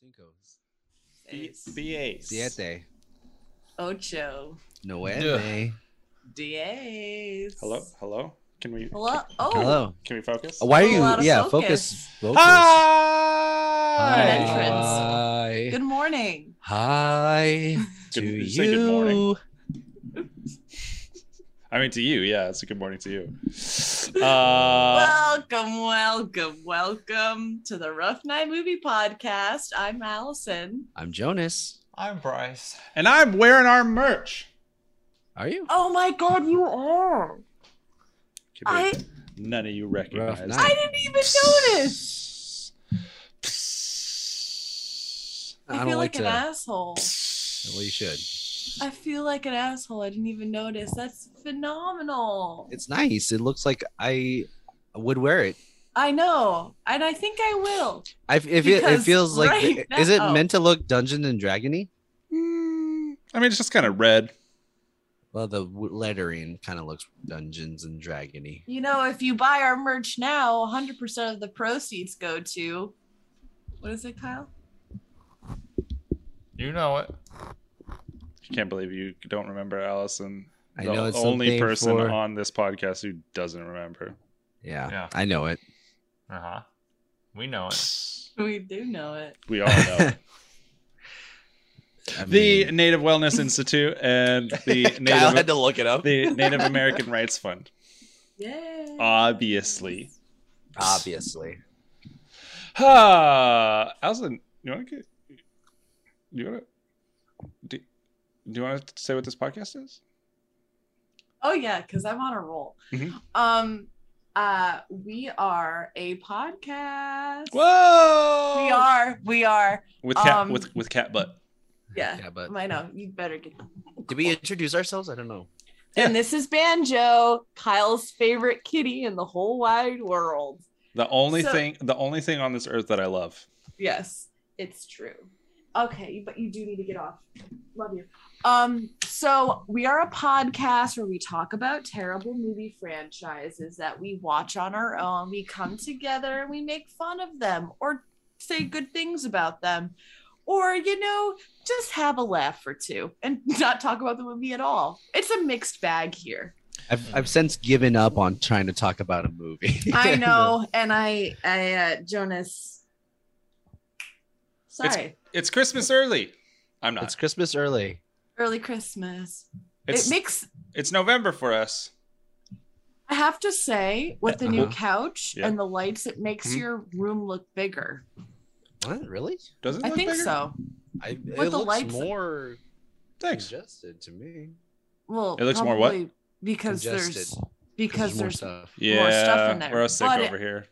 Cinco. Seis, B8. Siete. Ocho. Nueve. Diez. Hello? Hello? Can we Hello. Oh. Hello. can we focus? Why are Full out you? of Yeah, focus. focus. Focus. Hi! Veterans. Hi. Good morning. Hi to Good- did you say good morning? you. I mean to you, yeah, it's a good morning to you. Uh, welcome, welcome, welcome to the Rough Night Movie Podcast. I'm Allison. I'm Jonas. I'm Bryce. and I'm wearing our merch. Are you? Oh my God, you are. Could be I none of you recognize. night. I didn't even notice. I, I feel don't like like, an to- asshole. Well, you should. I feel like an asshole. I didn't even notice. That's phenomenal. It's nice. It looks like I would wear it. I know, and I think I will. I if it, it Because feels like right is it now- meant to look Dungeon and Dragony? Mm, I mean, it's just kind of red. Well, the w- lettering kind of looks Dungeons and Dragony. You know, if you buy our merch now, 100% of the proceeds go to what is it, Kyle? You know it. I can't believe you don't remember Allison. I the know it's only something person for- on this podcast who doesn't remember. Yeah, Yeah. I know it. Uh huh. We know it. We do know it. We all know. I the mean, Native Wellness Institute and the Kyle Native had to look it up. the Native American Rights Fund. Yeah. Obviously. obviously. Ah, Allison, you want to get? You want to? Do, do you want to say what this podcast is? Oh yeah, because I'm on a roll. Mhm. Um, uh, we are a podcast. Whoa! We are. We are. with cat um, with with cat butt. Yeah. Yeah, but I know. You better get. did we introduce ourselves? I don't know. And this is Banjo, Kyle's favorite kitty in the whole wide world. The only so- thing, the only thing on this earth that I love. Yes, it's true. Okay, but you do need to get off. Love you. Um, so we are a podcast where we talk about terrible movie franchises that we watch on our own. We come together and we make fun of them or say good things about them. Or, you know, just have a laugh or two and not talk about the movie at all. It's a mixed bag here. I've I've since given up on trying to talk about a movie. I know, and I I uh Jonas. Sorry. It's Christmas early. I'm not. it's It's Christmas early. early Christmas. it's, it makes November for us. I have to say with the new Uh-huh. couch Yeah. and the lights, it makes Mhm. your room look bigger. What really? Does it? I look think bigger? so. I it the looks lights- more Thanks. congested to me. Well, It looks more what? probably because there's Congested. because more there's, stuff. Yeah, stuff in there, we're all sick but it- over here.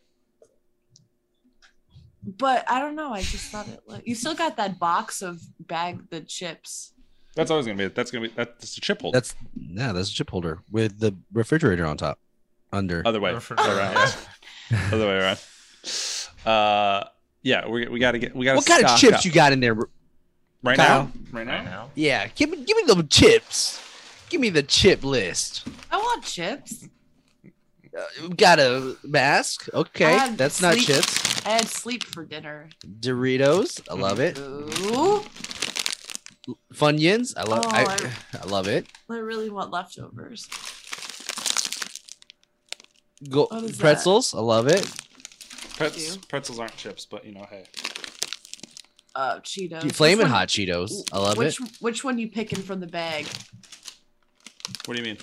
but I don't know. I just thought it. Looked, you still got that box of bag the chips. That's always gonna be. That's gonna be. That's the chip hole. That's yeah, that's a chip holder with the refrigerator on top. Under. Oh, other way. Refrigerator. around. other way around. Uh, yeah, we, we gotta get. We gotta. What kind of stock chips up. you got in there? Right Kyle? now. Right Right now. now. Yeah, give me give me the chips. Give me the chip list. I want chips. Uh, got a mask. Okay, I had that's not Um, sleep- chips. I had sleep for dinner. Doritos. I love it. Ooh, Funyuns. I love. Oh, I, I- I love it. I really want leftovers. Go, What is that? pretzels. I love it. Pretz, you. pretzels aren't chips, but you know, hey. Uh, Cheetos. Dude, Which Flamin' one- hot Cheetos. I love which, it. Which one you picking from the bag? What do you mean?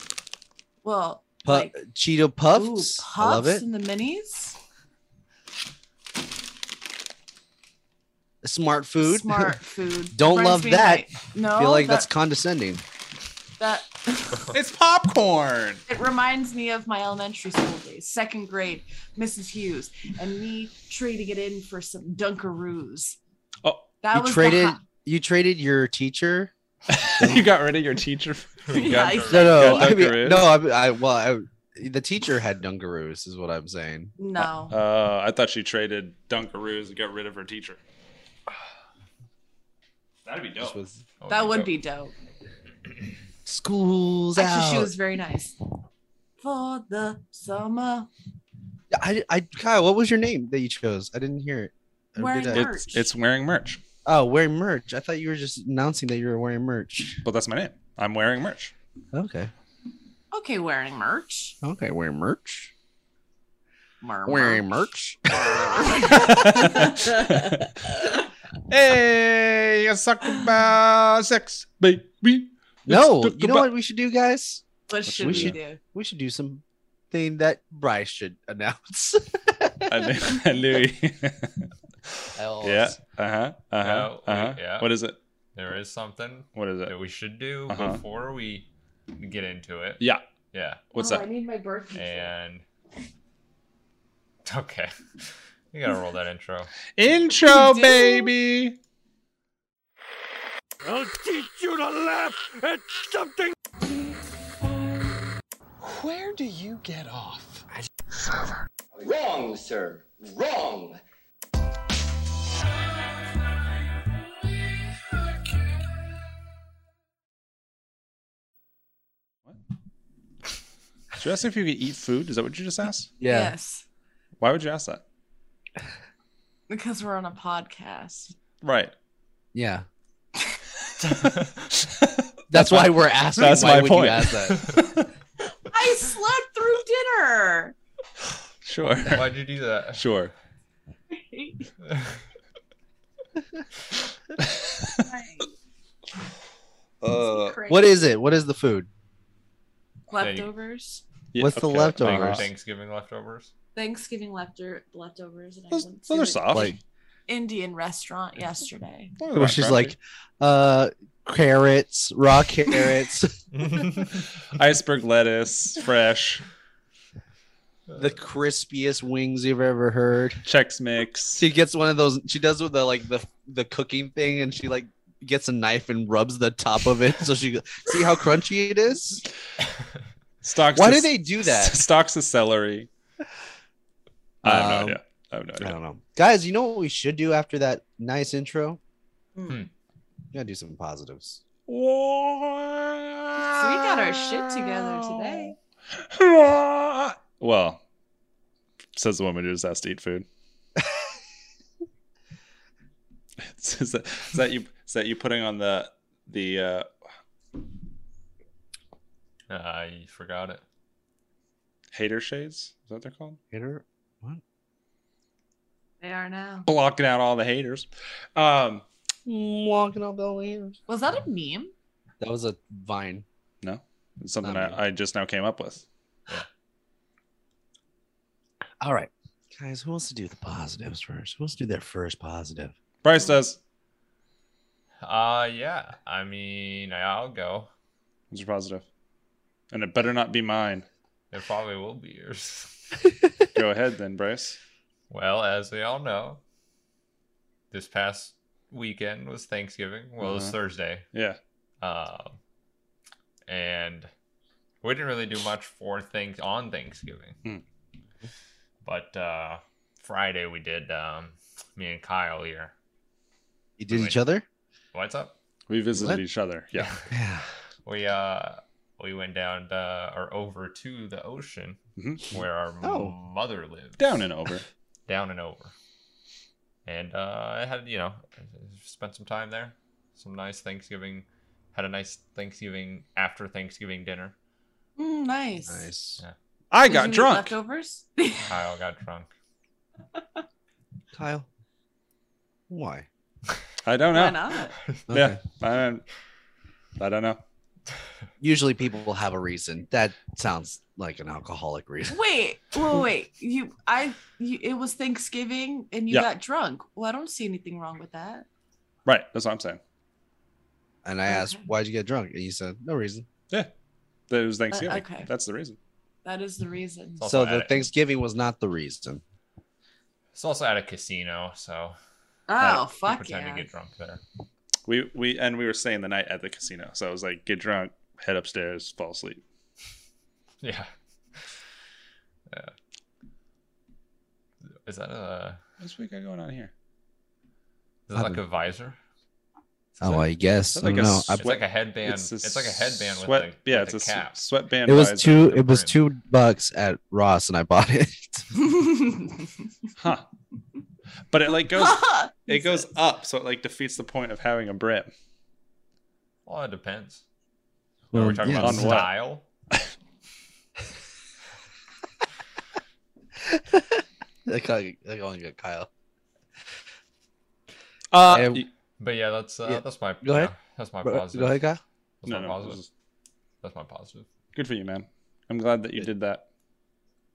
Well, Pu- like- Cheeto Ooh, puffs. I love puffs it. and the minis. Smart food. Smart food. Don't Reminds love me of that. my- no, I feel like that's that, condescending. that. It's popcorn. it reminds me of my elementary school days, second grade, Mrs. Hughes, and me trading it in for some Dunkaroos. Oh. that you was the traded. hot- You traded your teacher. you got rid of your teacher. for the Yeah, I- Dunkaroos. No, no, Got I mean, Dunkaroos? no. I, I well, I, the teacher had Dunkaroos, is what I'm saying. no. Uh, I thought she traded Dunkaroos and got rid of her teacher. That'd be Just dope. with Oh, that would be dope. schools out. Actually, she was very nice. For the summer. I, I, Kyle, what was your name that you chose? I didn't hear it. Or Wearing did I- Merch. It's it's wearing merch. Oh, wearing merch. I thought you were just announcing that you were wearing merch. But that's my name. I'm wearing merch. Okay. Okay, wearing merch. Okay, wearing merch. Mer- Wearing merch. Hey, let's talk about sex, baby. no, Let's talk you know about- what we should do, guys? What should we we, should- do? We should do something that Bryce should announce. I knew, I knew he- Elves. yeah. Uh huh. Uh huh. Yeah, we- Uh huh. yeah. What is it? There is something What is it? that we should do Uh-huh. before we get into it. Yeah. Yeah. What's oh, I that? need my birth control. And okay, you gotta roll that intro. Intro, You do? baby. I'll teach you to laugh at something. Where do you get off? Wrong, sir. Wrong. Did you ask if you could eat food? Is that what you just asked? Yeah. Yes, Why would you ask that? because we're on a podcast. Right. Yeah. That's why we're asking. That's why my would point. you ask that? I slept through dinner. Sure. Why'd you do that? Sure. Uh, What is it? What is the food? leftovers? Yeah, What's the Thank- leftovers? uh-huh. Thanksgiving leftovers. Thanksgiving lefter leftovers. And I Those, went those to an are soft. Like- Indian restaurant yesterday. Those are Where she's like, uh, carrots, raw carrots, iceberg lettuce, fresh, the crispiest wings you've ever heard. Chex Mix. She gets one of those. She does with the like the the cooking thing, and she like gets a knife and rubs the top of it. So she go- see how crunchy it is. Stocks. Why the- do they do that? Stocks the celery. I have no Um, idea. I have no I idea. don't know, guys. You know what we should do after that nice intro? Hmm. We gotta do some positives. So we got our shit together today. Well, says the woman who just asked to eat food. is, that, is that you? Is that you putting on the the? Uh, I forgot it. hater shades. Is that what they're called? Hater, They are now. Blocking out all the haters. Um, walking up the haters. Was that a meme? That was a vine. no, it's something Not me. I, I just now came up with. All right, guys. Who wants to do the positives first? Who wants to do their first positive? Bryce does. Uh, yeah. I mean, I'll go. What's your positive? And it better not be mine. It probably will be yours. Go ahead then, Bryce. well, as we all know, this past weekend was Thanksgiving. Well, it was Uh-huh. Thursday. Yeah. Um, and we didn't really do much for things on Thanksgiving. Hmm. But uh, Friday we did. Um, me and Kyle here. You did Wait. each other? What's up? We visited What? each other. Yeah. Yeah. we uh we went down to, or over to the ocean Mhm. where our Oh. mother lives. Down and over. down and over. And uh, I had you know spent some time there, some nice Thanksgiving, had a nice Thanksgiving after Thanksgiving dinner. Mm, nice. Nice. I Did got you eat drunk. Leftovers? Kyle got drunk. Kyle. Why? I don't Why know. not? Yeah. I don't, I don't know. Usually people will have a reason. That sounds like an alcoholic reason. Wait, wait, wait. You, I, you, it was Thanksgiving and you Yeah. got drunk. Well, I don't see anything wrong with that. Right. That's what I'm saying. And I asked, Okay. why'd you get drunk? And you said, no reason. Yeah. That it was Thanksgiving. Uh, okay. That's the reason. That is the reason. It's so also the at- Thanksgiving was not the reason. It's also at a casino, so Oh, we fuck pretend yeah. to get drunk there. We we and we were staying the night at the casino. So I was like, get drunk, head upstairs, fall asleep. Yeah. yeah. Is that a What's we got going on here? is that like a visor? Is Oh, that- I guess. I It's like don't a know. I- s- It's like a headband. It's, like a headband sweat- with a, yeah, with it's a a, cap. s- sweatband. it was visor. two. the It was brim. two bucks at Ross, and I bought it. Huh. But it like goes He it goes says. up, so it like defeats the point of having a brim. Well, it depends. Well, Are we talking yeah. about On what? style? I calling it Kyle. Uh, Um, y- But yeah, that's uh, Yeah. that's my Go ahead. yeah, that's my Go positive. ahead, Kyle. That's no, no, my this positive. is That's my positive. good for you, man. I'm glad that you did that.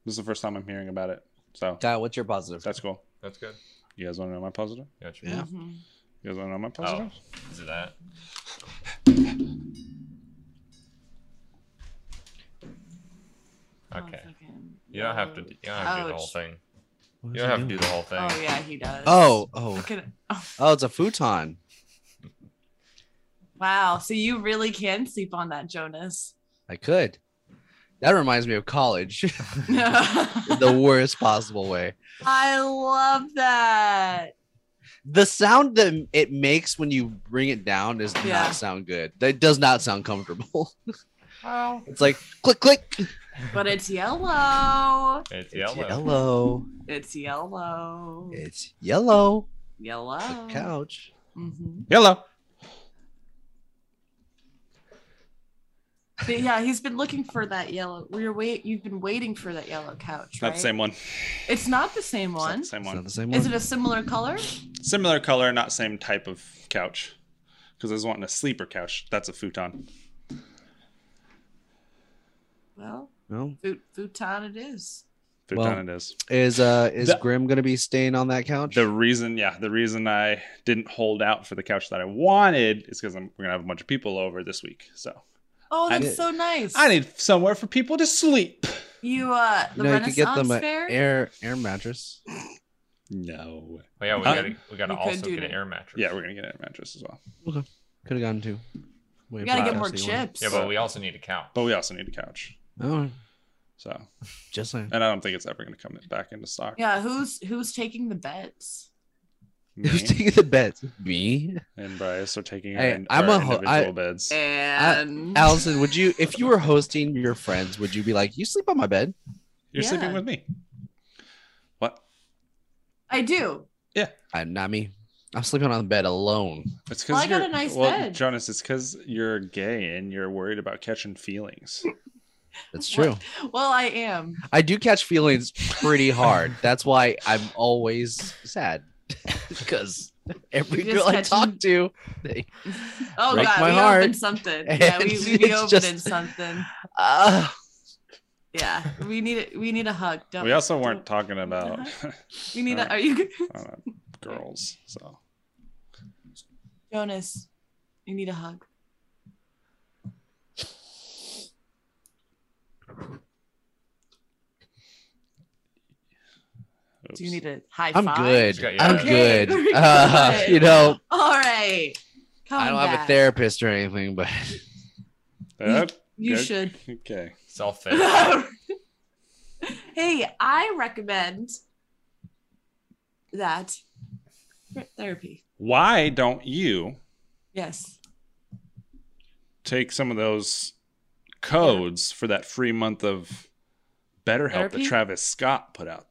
This is the first time I'm hearing about it, so Kyle, what's your positive? that's cool. That's good. You guys want to know my positive? Yeah. it's- Yeah. Mhm. You guys want to know my Oh, positive? is it that? Oh, Okay. fucking- You don't have to. You don't have to do the whole Ouch. thing. You don't have to do the whole thing. Oh yeah, he does. Oh, oh, Fucking- oh! It's a futon. wow. So you really can sleep on that, Jonas. I could. That reminds me of college, in I the worst possible way. love that. The sound that it makes when you bring it down does Yeah. not sound good. That does not sound comfortable. Wow. It's like click, click. But it's yellow. It's It's yellow. yellow. It's yellow. It's yellow. yellow. The couch. Mhm. Hello. But yeah, he's been looking for that yellow. We're wait. You've been waiting for that yellow couch, Not right? the same one. It's not the same It's not one. the same It's not one. the same Is one. it a similar color? Similar color, not same type of couch. Because I was wanting a sleeper couch. That's a futon. Well, no. fut- futon it is. Futon Well- it is. Is uh is The- Grim gonna be staying on that couch? The reason, yeah, the reason I didn't hold out for the couch that I wanted is because I'm we're gonna have a bunch of people over this week. So Oh, I that's did- so nice. I need somewhere for people to sleep. you uh, you know, you the could Renaissance get them an fair. air air mattress. No. Well, yeah, we Huh? gotta we gotta You could also do get an that. air mattress. Yeah, we're gonna get a mattress as well. Could have gotten two. we gotta get Podcast, more chips. Yeah, but we also need a couch. But we also need a couch. Oh, So just saying. and I don't think it's ever gonna come back into stock. Yeah, who's who's taking the bets? Me Who's taking the bets? Me. and Bryce are taking Hey, our, I'm our a ho- individual I- beds. And Allison, would you, if you were hosting your friends, would you be like, you sleep on my bed? You're sleeping Yeah. with me. What? I do. i Uh, not me. I'm sleeping on the bed alone. It's because Well, I got a nice well, bed. Jonas, it's because you're gay and you're worried about catching feelings. That's true. Well, I am. I do catch feelings pretty hard. That's why I'm always sad because every You just girl I catch talk them- to, they, Oh Break god, my we heart. opened something. Yeah, And we, we, we it's opened just- in something. uh, Yeah, we need we need a hug. Don't, we also don't- weren't talking about We need a. uh, Are you I don't know, girls, so Jonas? You need a hug. Do you oops. need a high I'm five? good. Yeah, I'm okay. good. Uh, you know, All right. Come I don't have a back. therapist or anything, but Yep, You good. should. Okay. Self fit. hey, I recommend that therapy. Why don't you Yes. take some of those codes for that free month of BetterHelp Therapy? that Travis Scott put out?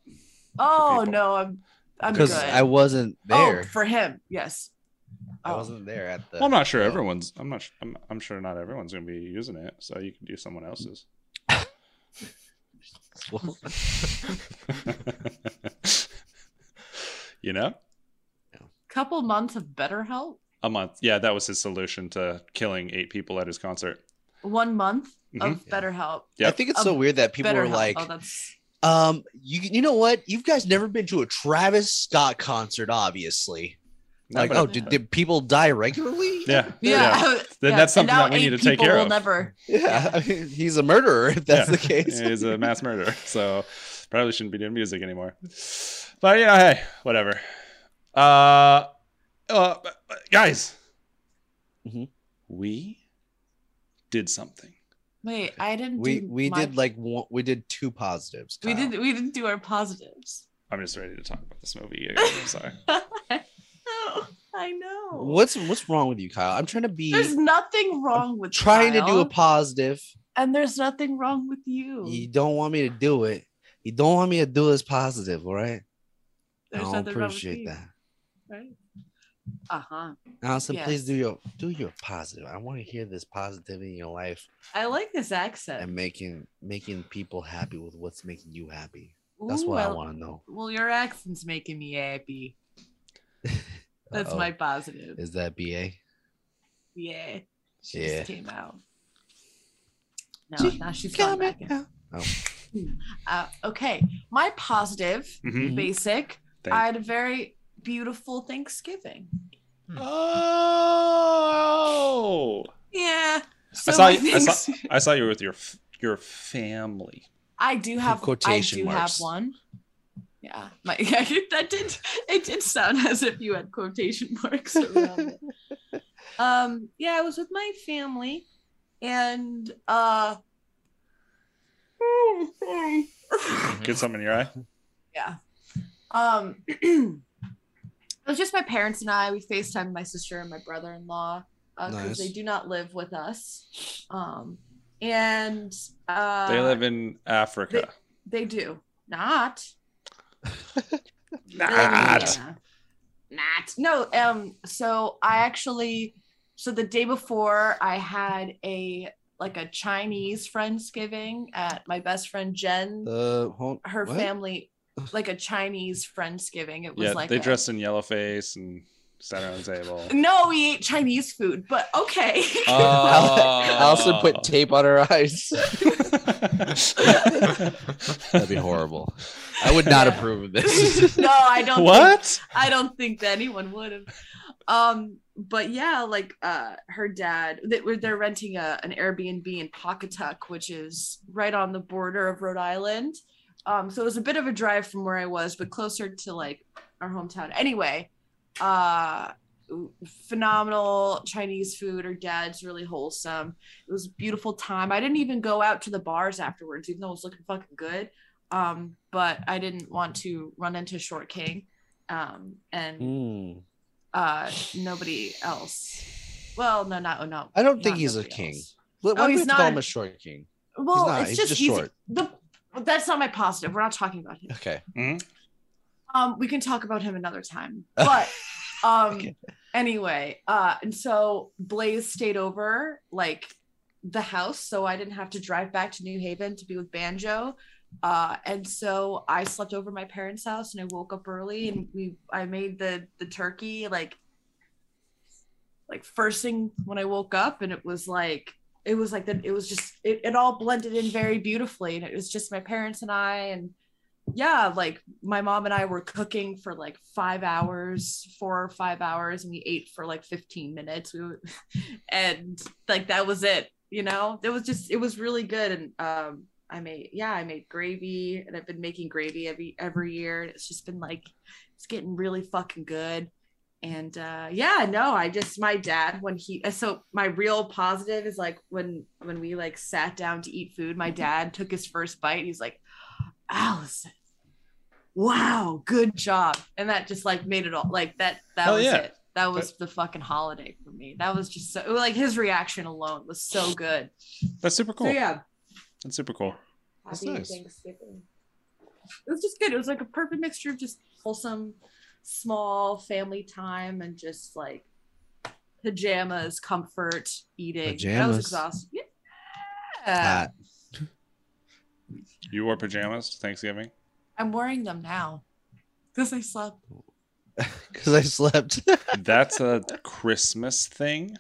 Oh people. no, I'm I'm good. because I wasn't Oh, there, for him, yes. I Oh. wasn't there at the. Well, I'm not sure Oh. everyone's. I'm not. I'm, I'm sure not everyone's going to be using it. So you can do someone else's. Well, you know, Couple months of BetterHelp. a month. Yeah, that was his solution to killing eight people at his concert. Mm-hmm. One month of Mm-hmm. Yeah. BetterHelp. I Yep. think it's so Um, weird that people are BetterHelp. like, oh, that's Um, you you know what? You guys never been to a Travis Scott concert, obviously. No, like, but- oh, did, did people die regularly? yeah, yeah. Then yeah, that's and something now that we need eight to take people care will of. Never. yeah. I mean, he's a murderer if that's Yeah. the case. He's a mass murderer, so probably shouldn't be doing music anymore. But you know, hey, whatever. Uh, uh but- but guys, Mhm. we did something. Wait, I didn't. We do we my- did like uh, one, we did two positives. we Kyle. did we didn't do our positives. I'm just ready to talk about this movie. again. I'm sorry. I know. What's what's wrong with you, Kyle? I'm trying to be There's nothing wrong with trying to do a Kyle, positive. and there's nothing wrong with you. You don't want me to do it. You don't want me to do this positive, all right? There's I nothing wrong with appreciate me, that. Right? Uh huh. Allison, Yeah. please do your do your positive. I want to hear this positivity in your life I like this accent. and making making people happy with what's making you happy. That's what I want to know. Well, your accent's making me happy. That's Uh-oh. my positive. Is that BA? yeah. She Yeah. just came out. No, She now she's gone back in. Uh, okay, my positive, Mm-hmm. Mhm. basic. Thank- I had a very beautiful Thanksgiving. Oh, Yeah. So I saw my you. I saw, thanks- I saw you with your f- your family. I do have. I Quotation do marks. have one. Yeah, my that did it did sound as if you had quotation marks around it. um, yeah, I was with my family, and uh, Get something in your eye. yeah, um, it was just my parents and I. We Facetime my sister and my brother in law because Nice. they do not live with us, um, and uh, They live in Africa. They do not. Not. Yeah. Not. No, um, so I actually so the day before I had a like a Chinese Friendsgiving at my best friend Jen, Uh, hold, her what? family like a Chinese Friendsgiving. It was Yeah, like they a- dressed in yellow face and sat around the table. No, we ate Chinese food, but okay. Uh, Allison put tape on her eyes. That'd That'd be horrible. I would not Yeah. approve of this. no, I don't think What? I don't think that anyone would have. Um, but yeah, like uh, her dad, they were they're renting a an Airbnb in Pawcatuck, which is right on the border of Rhode Island. Um, so it was a bit of a drive from where I was, but closer to like our hometown. Anyway, uh, phenomenal Chinese food. Her dad's really wholesome. It was a beautiful time. I didn't even go out to the bars afterwards, even though it was looking fucking good. Um, but I didn't want to run into Short King. Um, and Mm. uh nobody else well no not oh no I don't not think he's a nobody king. else. Why Oh, do we he's have to call not. him a short king? well not, it's he's just just easy. short. the that's not my positive we're not talking about him Okay. um we can talk about him another time but um Okay. anyway uh and so blaze stayed over like the house so i didn't have to drive back to new haven to be with banjo uh and so i slept over at my parents house and i woke up early and we i made the the turkey like like first thing when i woke up and it was like it was like that it was just it, it all blended in very beautifully and it was just my parents and i and yeah like my mom and i were cooking for like five hours four or five hours and we ate for like 15 minutes we were, and like that was it you know it was just it was really good and um i made yeah i made gravy and i've been making gravy every every year and it's just been like it's getting really fucking good and uh yeah no i just my dad when he uh, so my real positive is like when when we like sat down to eat food Mm-hmm. my dad took his first bite he's like allison wow good job and that just like made it all like that that Hell was yeah. it that was the fucking holiday for me that was just so like his reaction alone was so good That's super cool. so yeah That's super cool. That's happy nice. thanksgiving it was just good it was like a perfect mixture of just wholesome small family time and just like pajamas comfort eating that Pajamas. was exhausting yeah Hot. You wore pajamas to Thanksgiving. i'm wearing them now because i slept Because I slept. That's a Christmas thing.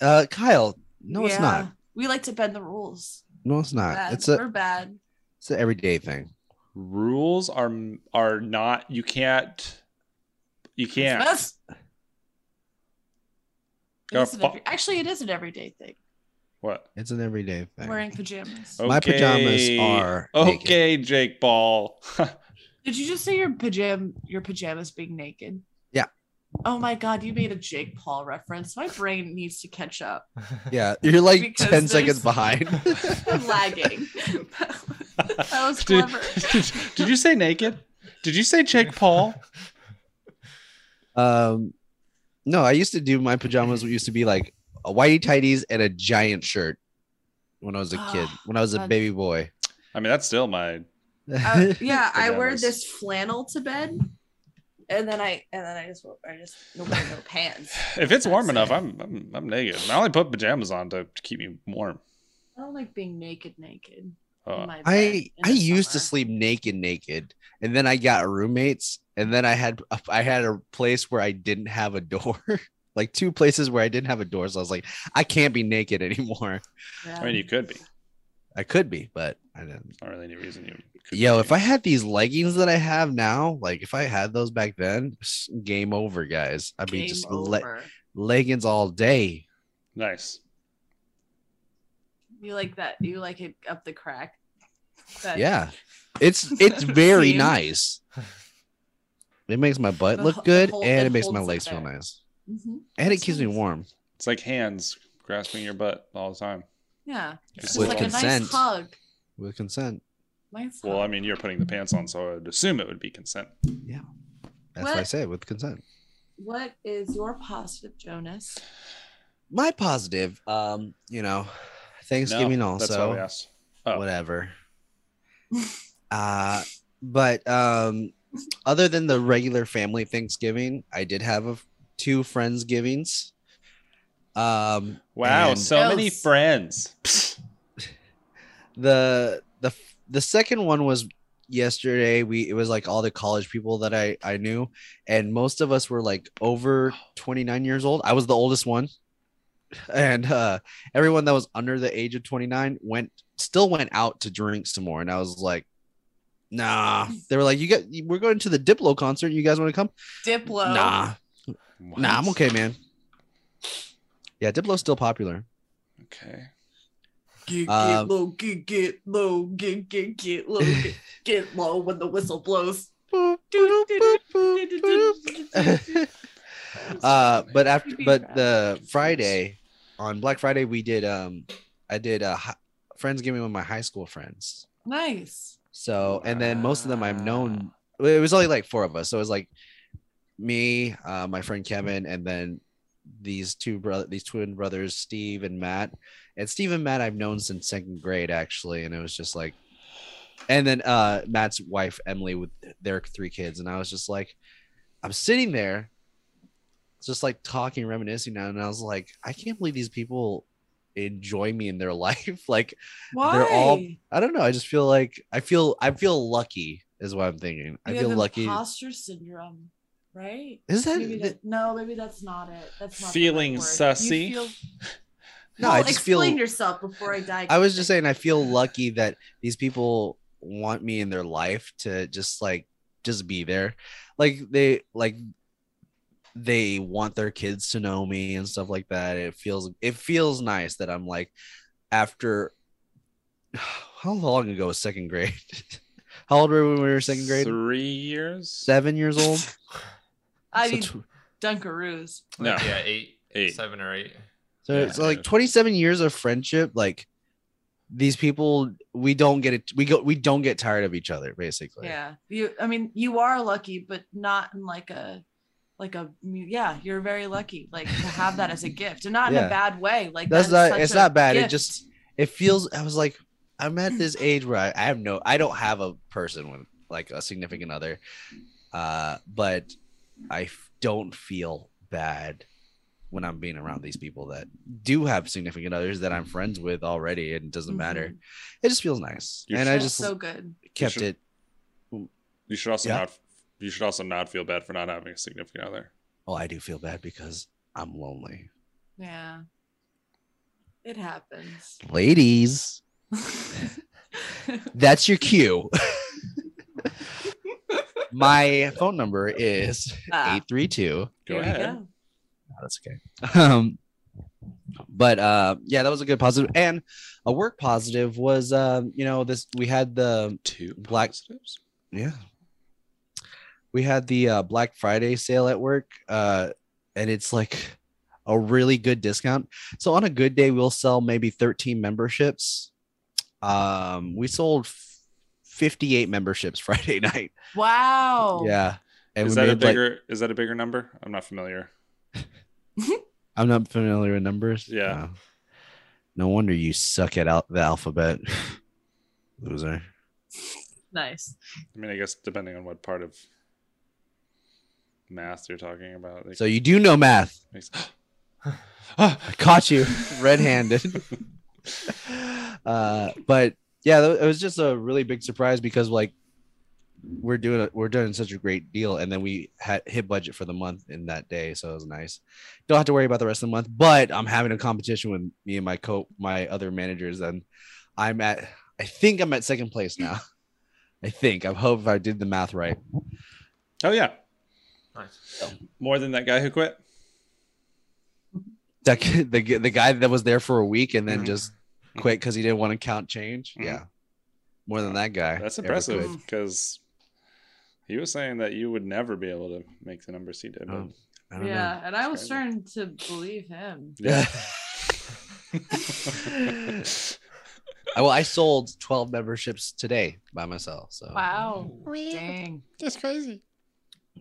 Uh, Kyle, no, it's Yeah. not. we like to bend the rules No, it's not. Bad. It's a we're bad it's an everyday thing. Rules are are not. You can't. You can't. Christmas. It Gotta is an fu- every- actually, it is an everyday thing. What? It's an everyday thing. Wearing pajamas. My pajamas are naked. okay, Jake Ball. Did you just say your pajam your pajamas being naked? Yeah. Oh my god, you made a Jake Paul reference. My brain needs to catch up. Yeah, you're like Because ten seconds there's- behind. I'm lagging. that was Did- clever. Did, did you say naked? Did you say Jake Paul? um, no, I used to do my pajamas. Used to be like a whitey tighties and a giant shirt when I was a kid. When I was a That's- baby boy. I mean, that's still my. Uh, yeah, I wear Pajamas. this flannel to bed, and then I and then I just I just no, no pants. If it's warm That's enough, it. I'm, I'm I'm naked. And I only put pajamas on to, to keep me warm. I don't like being naked, naked. in Uh, Oh my bed I in I the used to summer. sleep naked, naked, and then I got roommates, and then I had uh, I had a place where I didn't have a door, like two places where I didn't have a door. So I was like, I can't be naked anymore. Yeah. I mean, you could be. I could be, but I didn't. Not really any reason you. Could Yo, be. if I had these leggings that I have now, like if I had those back then, s- game over, guys. I'd be Game just le- over. leggings all day. nice. You like that? You like it up the crack? That- Yeah, it's it's very Seam. nice. It makes my butt The ho- look the good, hole- and it it makes my holds it legs feel there. nice, Mhm. and it keeps me warm. It's like hands grasping your butt all the time. Yeah. It's Just With like a consent. nice hug. with consent. Nice Well, I hug. mean, you're putting the pants on, so I'd assume it would be consent. That's what I What? say with consent. What is your positive, Jonas? My positive, um, you know, Thanksgiving No, That's why we also, asked. Oh. whatever. uh, but um, other than the regular family Thanksgiving, I did have a, two friends givings. Um, Wow, And- so many Else. friends. the the f- the second one was yesterday we it was like all the college people that i i knew and most of us were like over 29 years old i was the oldest one and uh everyone that was under the age of 29 went still went out to drink some more and i was like nah they were like you got we're going to the diplo concert you guys want to come Diplo. nah nah i'm okay man yeah diplo's still popular Okay. Get, get Um, low, get, get low, get, get, get low, get, get low when the whistle blows. uh but after Creepy but crap. the friday on black friday we did um i did uh hi- friendsgiving with my high school friends nice. so and then most of them i've known well, it was only like four of us so it was like me uh my friend kevin and then these two brother these twin brothers steve and matt and steve and matt i've known since second grade actually and it was just like and then uh matt's wife emily with their three kids and i was just like i'm sitting there just like talking reminiscing now and i was like i can't believe these people enjoy me in their life like Why? They're all- I don't know. I just feel like I feel I feel lucky is what I'm thinking. I You feel have lucky. Imposter syndrome, right? Is that Maybe that, no, maybe that's not it. That's not the right Feeling word. You sussy? feel- no? well, I just feel. explain yourself before I die. I was just saying I feel lucky that these people want me in their life to just like just be there, like they like they want their kids to know me and stuff like that. It feels it feels nice that I'm like after how long ago was second grade? how old were we when we were in second grade? Three years? Seven years old. I So mean, tw- Dunkaroos. No. Yeah, eight, Eight. seven or eight. So Yeah, it's like yeah. 27 years of friendship. Like these people, we don't get it. We go. We don't get tired of each other. Basically. Yeah, you. I mean, you are lucky, but not in like a, like a. Yeah, you're very lucky, like to have that as a gift, and not in Yeah. a bad way. Like That's that is not- such it's a not bad, it gift. just- It feels. I was like, I'm at this age where I, I have no. I don't have a person with like a significant other. Uh, but I f- don't feel bad when I'm being around these people that do have significant others that I'm friends with already, and it doesn't matter. Mhm. It just feels nice, You and I That's just so good. kept should- it. You should also Yeah. not you should also not feel bad for not having a significant other. Oh, I do feel bad because I'm lonely. Yeah, it happens. ladies that's your cue my phone number is Ah, 832 Go there we ahead. go. No, that's okay um but uh yeah that was a good positive and a work positive was um you know this we had the Two Black- positives? yeah we had the uh, black friday sale at work uh and it's like a really good discount so on a good day we'll sell maybe 13 memberships um we sold f- 58 memberships friday night Wow. yeah and Is we that a made, like- bigger is that a bigger number? I'm not familiar. i'm not familiar with numbers Yeah. No. no wonder you suck at al- the alphabet loser Nice. I mean, I guess depending on what part of math you're talking about. Like, So you do know math. makes- Ah, I caught you red-handed. uh, but yeah, tho- it was just a really big surprise because like we're doing a, we're doing such a great deal, and then we had hit budget for the month in that day, so it was nice. Don't have to worry about the rest of the month, but I'm having a competition with me and my co my other managers, and I'm at I think I'm at second place now. I think I hope if I did the math right. oh yeah, Nice. more than that guy who quit. That kid- the g- the guy that was there for a week and then Mhm. just quit because he didn't want to count change. Mhm. Yeah, more than that guy. That's ever impressive quit. because he was saying that you would never be able to make the numbers he did. but- Oh, I don't Yeah, and I was It's starting to believe him. know. yeah. I- well, I sold twelve memberships today by myself, so Wow. Weird. Dang. That's crazy.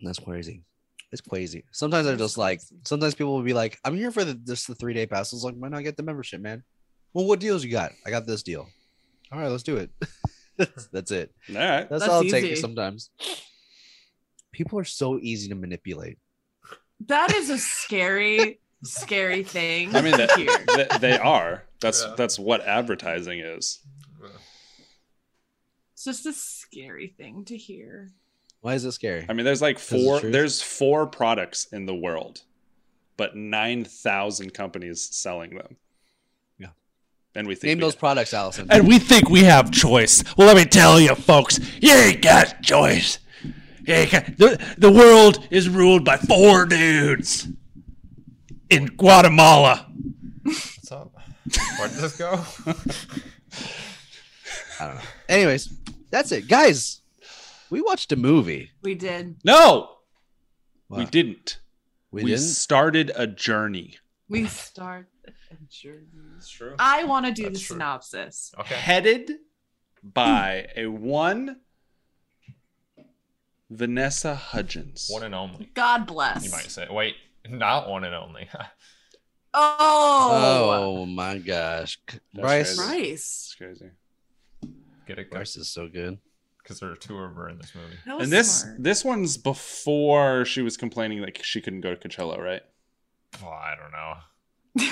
that's crazy. It's crazy. Sometimes I just like. Sometimes people will be like, "I'm here for the, just the three day pass." I was like, "Why not get the membership, man?" Well, what deals you got? I got this deal. All right, let's do it. that's, that's it. All right. That's, That's all it takes easy. sometimes. People are so easy to manipulate. That is a scary, scary thing. I mean, that, here. that- they are. That's Yeah. that's what advertising is. It's just a scary thing to hear. Why is it scary? I mean, there's like the four. truth. There's four products in the world, but nine thousand companies selling them. Yeah. And we think Name we those products, Allison. And we think we have choice. Well, let me tell you, folks, you ain't got choice. You ain't got- the, the world is ruled by four dudes in Guatemala. What's up? Where did this go? I don't know. Anyways, that's it, guys. We watched a movie. We did. No, we What? didn't. We, we didn't. started a journey We start a journey. It's true. I want to do That's the true. synopsis. Okay. headed by a one Vanessa Hudgens. One and only. God bless. You might say. Wait, not one and only. Oh, Oh my gosh, C- That's Bryce. crazy. Bryce. It's crazy. Get it Bryce is so good. because there are two of her in this movie. That was And this smart. this one's before she was complaining like she couldn't go to Coachella, right? Oh, I don't know.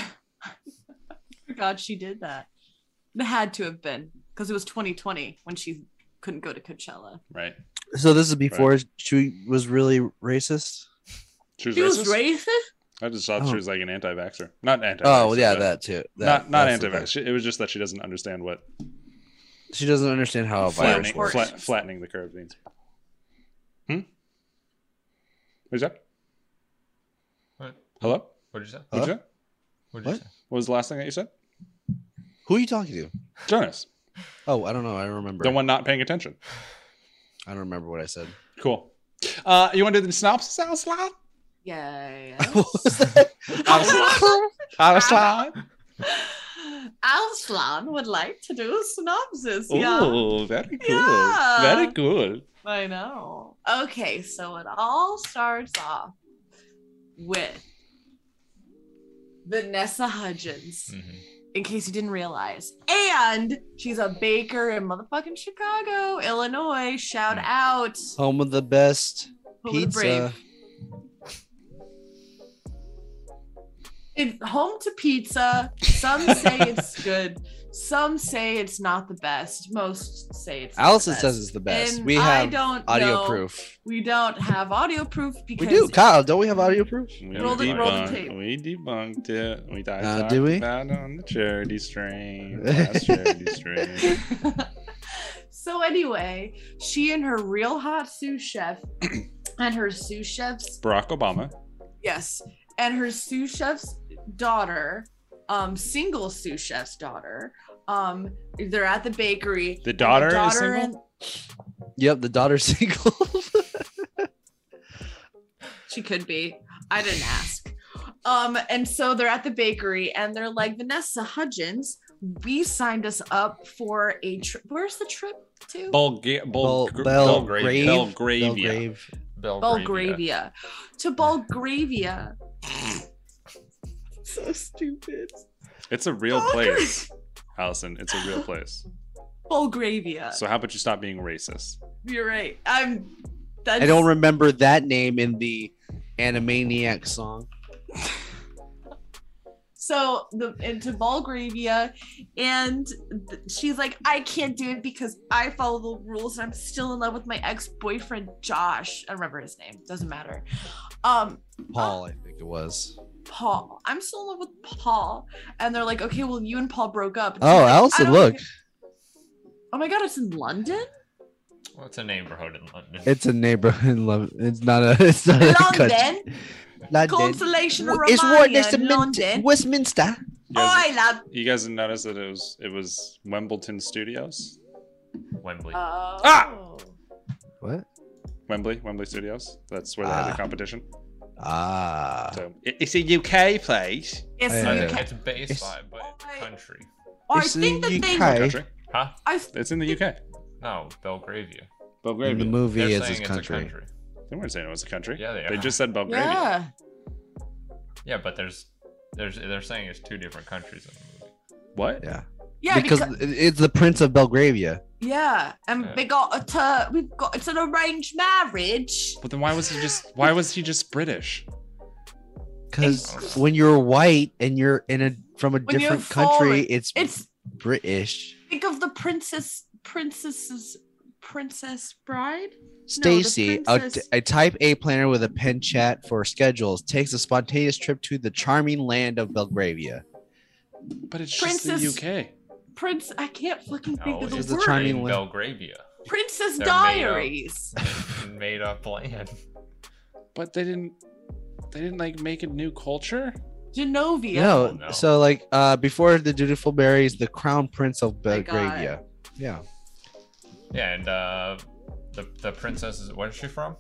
Oh God, she did that. It had to have been because it was 2020 when she couldn't go to Coachella. Right. So this is before she was really racist. She was, She was racist? racist. I just thought Oh. she was like an anti-vaxxer, not anti. Oh yeah, that too. That- not not that's the thing. anti-vax. She- It was just that she doesn't understand what She doesn't understand how a virus flattening, works. flat, flattening the curve means. Hmm. What's that? What? Hello. What'd you say? Huh? What'd you say? What'd you What? say? What was the last thing that you said? Who are you talking to? Jonas, Oh, I don't know. I don't remember. the one not paying attention. I don't remember what I said. Cool. Uh, you want to do the synopsis, Alistair? Yeah. What was that? Alistair. Alslan would like to do a synopsis. Yeah. Oh, very cool. Yeah. Very cool. I know. Okay, so it all starts off with Vanessa Hmm. Hudgens, Mhm. in case you didn't realize. And she's a baker in motherfucking Chicago, Illinois. Shout Mm. out. Home of the best Home of the Hmm. pizza. brave. It, home to pizza. Some say it's good. Some say it's not the best. Most say it's. not the Allison best. says it's the best. And we I have don't audio know. proof. We don't have audio proof We because do, Kyle. Don't we have audio proof? We Roll the- roll the debunked, tape. we debunked it. We talked Uh, did we? about it on the charity stream. Last charity stream. so anyway, she and her real hot sous chef and her sous chef's Barack Obama. yes, and her sous chef's daughter, um, single sous chef's daughter. Um, they're at the bakery. The daughter, The is daughter single. and Yep, the daughter's single. she could be. I didn't ask. Um, and so they're at the bakery and they're like, Vanessa Hudgens, we signed us up for a trip. Where's the trip to? Bulga- Bul- Bel- Belgrave. Belgrave. Belgravia. Belgrave. Bulgaria. Belgravia. To Bulgaria. so stupid. It's a real Belgra- place, Allison. It's a real place. Bulgaria. So how about you stop being racist? You're right. I'm. That's, I don't remember that name in the Animaniac song. so the into Bulgaria, and th- she's like, I can't do it because I follow the rules, and I'm still in love with my ex-boyfriend Josh. I don't remember his name. Doesn't matter. Um, Paul, I think it was. Paul. I'm still in love with Paul, and they're like, okay, well, you and Paul broke up. And she's Oh, like, I Allison, don't look, care. Oh my God, it's in London. What's a neighborhood in London? it's a neighborhood. Love. It's not a. It's not a country. London, London. consolation of It's what Romania, next to Min- London. Westminster. You guys, I love. you guys didn't notice that it was it was Wimbledon Studios, Wembley. Oh. Ah. What? Wembley, Wembley Studios. That's where they had Ah. the competition. Ah. So it- it's a UK place. It's Uh, Not the a- yeah. UK. It's based It's- by but it's Why- country. Oh, I It's the think that they. UK. Hey. Country. Huh? I It's in the UK. No, Belgravia. In the Belgravia. movie They're is saying his it's country. a country. They weren't saying it was a country. Yeah, they They are. just said Belgravia. yeah. Yeah, but there's there's they're saying it's two different countries in the movie. What? Yeah. Yeah, because, because, it's the Prince of Belgravia. yeah, and Yeah. they got a tur- we've got it's an arranged marriage. But then why was he just why was he just British? Because It's- when you're white and you're in a from a When you're different country, foreign, it's It's British. think of the princess, princesses, princess bride. Stacy, a- princess- a, type A planner with a pen chat for schedules, takes a spontaneous trip to the charming land of Belgravia. But it's Princess- just the UK. Prince, I can't fucking think No, of the it's a word. Charming in one. Belgravia. Princess Oh, They're made up. Diaries. Made up land. But they didn't they didn't like make a new culture? Genovia. No, No. so like uh, before the dutiful marries the crown prince of My God. Belgravia. Yeah, Yeah, and uh the the princess is where's she from?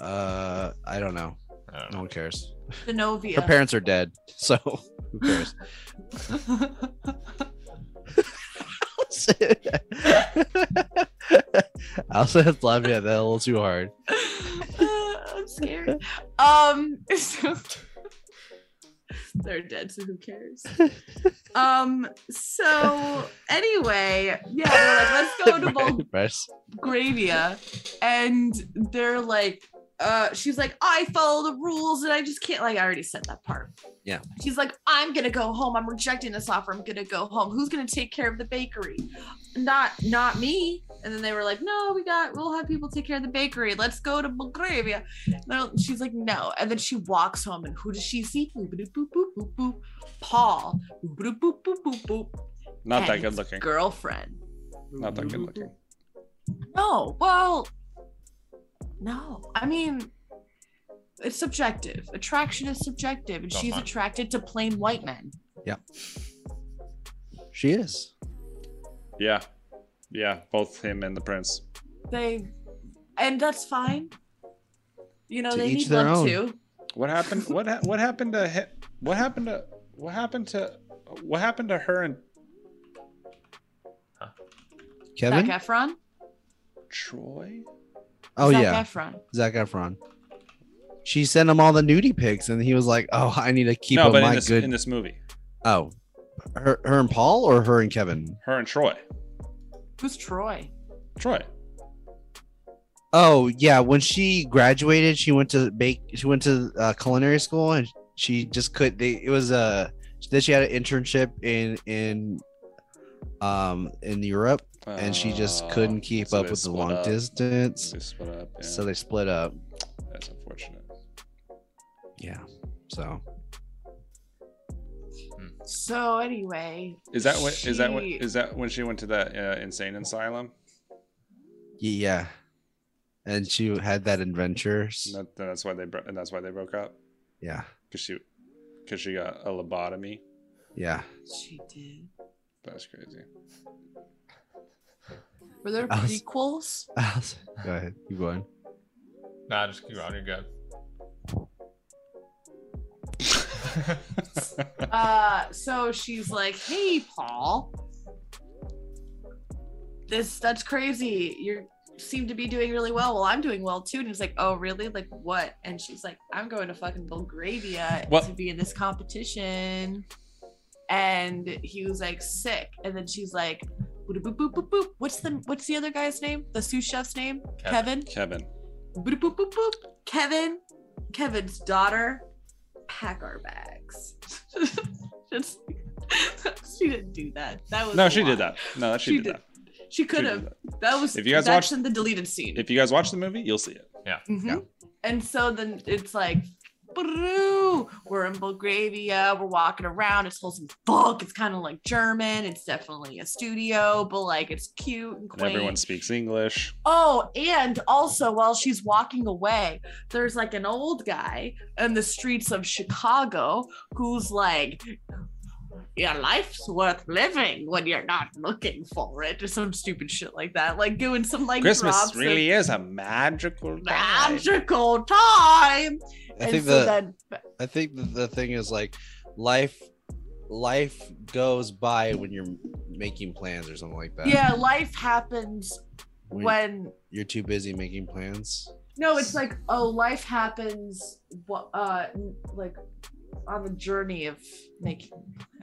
uh, I don't know. I don't No know. one cares. Genovia. Her parents are dead, so who cares? I also have laughing at that a little too hard. Uh, I'm scared. Um, so they're dead, so who cares? Um, so anyway, yeah, we're like, let's go to Press. Belgravia, and they're like, uh, she's like, I follow the rules, and I just can't. Like, I already said that part. Yeah. She's like, I'm gonna go home. I'm rejecting this offer. I'm gonna go home. Who's gonna take care of the bakery? Not, not me. And then they were like, No, we got. We'll have people take care of the bakery. Let's go to Belgravia. No, she's like, No. And then she walks home, and who does she see? Boop, boop, boop, boop, boop. Paul. Boop, boop, boop, boop, boop. Not that and good his looking. Girlfriend. Not that good looking. No. Well, no. I mean, it's subjective. Attraction is subjective, and Don't she's mind. attracted to plain white men. She is. Yeah. Yeah. Both him and the prince. They, and that's fine. You know, To they each need their love own. too. What happened what ha- what happened to hi- what happened to what happened to what happened to her and Kevin? Zac Efron. Troy? oh Zac yeah, Efron. Zach Efron. She sent him all the nudie pics, and he was like, "Oh, I need to keep no, up but in my this good." in this movie. oh, her, her and Paul, or her and Kevin? Her and Troy. Who's Troy? Troy. Oh yeah, when she graduated, she went to bake. She went to uh, culinary school, and she just could. They it was uh, then she had an internship in in um in Europe, and she just Oh, couldn't keep so up they with the split long up. distance, They split up. Yeah. so they split up. That's unfortunate. Yeah, so So anyway, Is that what? Is that what? she- Is that when she went to that uh, insane asylum? yeah, and she had that adventure. And That, that's why they. Bro- and that's why they broke up Yeah, because she, because she got a lobotomy. yeah. she did? That's crazy. Were there I was- prequels? Go ahead, keep going. Nah, just keep on, you're good. Uh, so she's like, "Hey, Paul, this that's crazy. You seem to be doing really well. Well, I'm doing well too." And he's like, "Oh, really? Like what?" And she's like, "I'm going to fucking Belgravia What? to be in this competition." And he was like, "Sick." And then she's like, "Boop boop boop boop boop." What's the what's the other guy's name? The sous chef's name? Kevin. Kevin. Kevin. Boop boop boop boop. Kevin. Kevin's daughter pack our bags. Just she didn't do that. That was No, a she did lie. that. No, she, did, that. She She could did have. that. That was If you guys that's watch- in the deleted scene. If you guys watch the movie, you'll see it. Mhm. Yeah. And so then it's like, "Brrroo, we're in Bulgaria, we're walking around, it's wholesome bulk, it's kind of like German, it's definitely a studio, but like it's cute and And quaint. everyone speaks English. Oh, and also while she's walking away, there's like an old guy in the streets of Chicago who's like, Your life's worth living when you're not looking for it, or some stupid shit like that. Like doing some like drops Christmas of really is a magical time. magical time. I and think so the then I think the, the thing is like life life goes by when you're making plans or something like that. yeah, life happens When when you're too busy making plans. no, it's like oh, life happens wh- uh like on the journey of making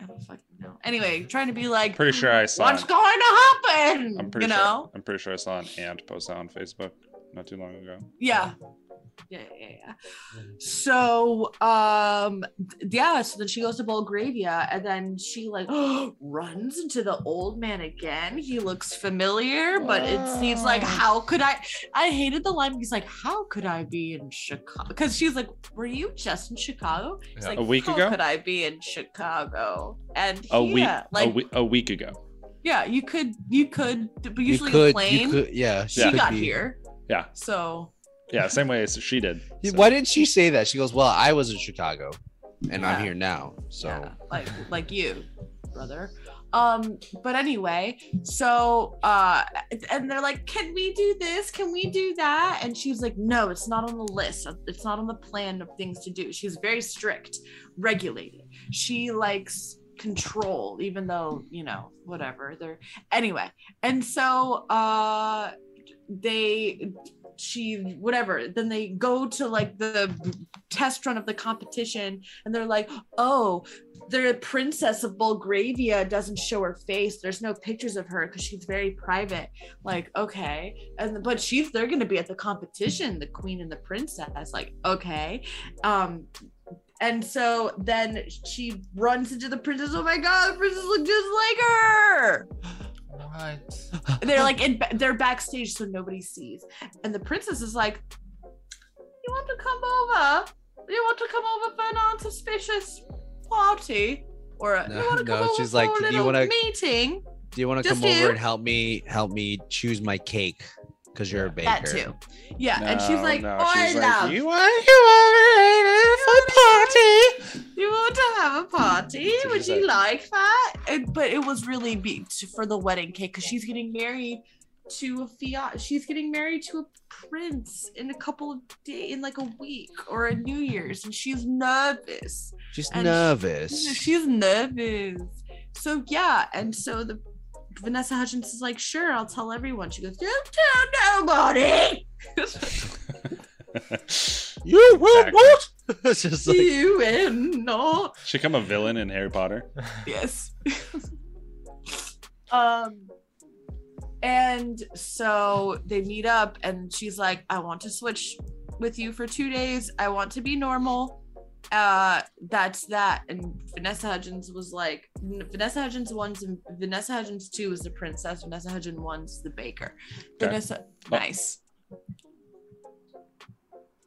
I don't fucking know. Anyway, trying to be like Pretty sure I saw. what's an- going to happen? I'm pretty you sure. know? I'm pretty sure I saw an ant post that on Facebook not too long ago. Yeah. Yeah, yeah, yeah. Mm-hmm. So, um, th- yeah. So then she goes to Bulgaria, and then she like runs into the old man again. He looks familiar, but it seems like Oh. how could I? I hated the line. He's like, how could I be in Chicago? Because she's like, were you just in Chicago? He's Yeah. like, A week how ago? could I be in Chicago? And A yeah, week, like a week, a week ago. yeah, you could, you could, but usually you could, a plane. you could, yeah. she Yeah. could got be- here, Yeah, so yeah, same way as she did. Yeah, So- Why didn't she say that? She goes, "Well, I was in Chicago, and Yeah. I'm here now." So yeah, like like you brother um but anyway so uh and they're like can we do this can we do that and she was like no it's not on the list it's not on the plan of things to do she's very strict regulated she likes control even though you know whatever they're anyway and so uh they she whatever then they go to like the test run of the competition and they're like oh the princess of bulgaria doesn't show her face there's no pictures of her because she's very private like okay and but she's they're gonna be at the competition the queen and the princess like okay um and so then she runs into the princess oh my god the princess looks just like her What? they're like in they're backstage so nobody sees and the princess is like you want to come over you want to come over for an unsuspicious party or a- No, you want to no, come over she's for like, a "Do you little wanna- meeting do you want to Just come over you? and help me help me choose my cake? Because you're a baker. that too yeah and she's No, like no, oh she's I like, love "You you, want to come over here for a party?" want to have a party So would she's you like that and, but it was really be- for the wedding cake because she's getting married to a fiat she's getting married to a prince in a couple of days in like a week or a new year's and she's nervous She's And she- nervous. She's nervous. So yeah, and so the Vanessa Hutchins is like, sure, I'll tell everyone. She goes, Don't tell nobody. you will Exactly. what? it's just like you and not. She become a villain in Harry Potter. Yes. um and so they meet up and she's like, I want to switch with you for two days. I want to be normal. Uh that's that. And Vanessa Hudgens was like Vanessa Hudgens one's Vanessa Hudgens two is the princess, Vanessa Hudgens one's the baker. Okay. Vanessa Oh. nice.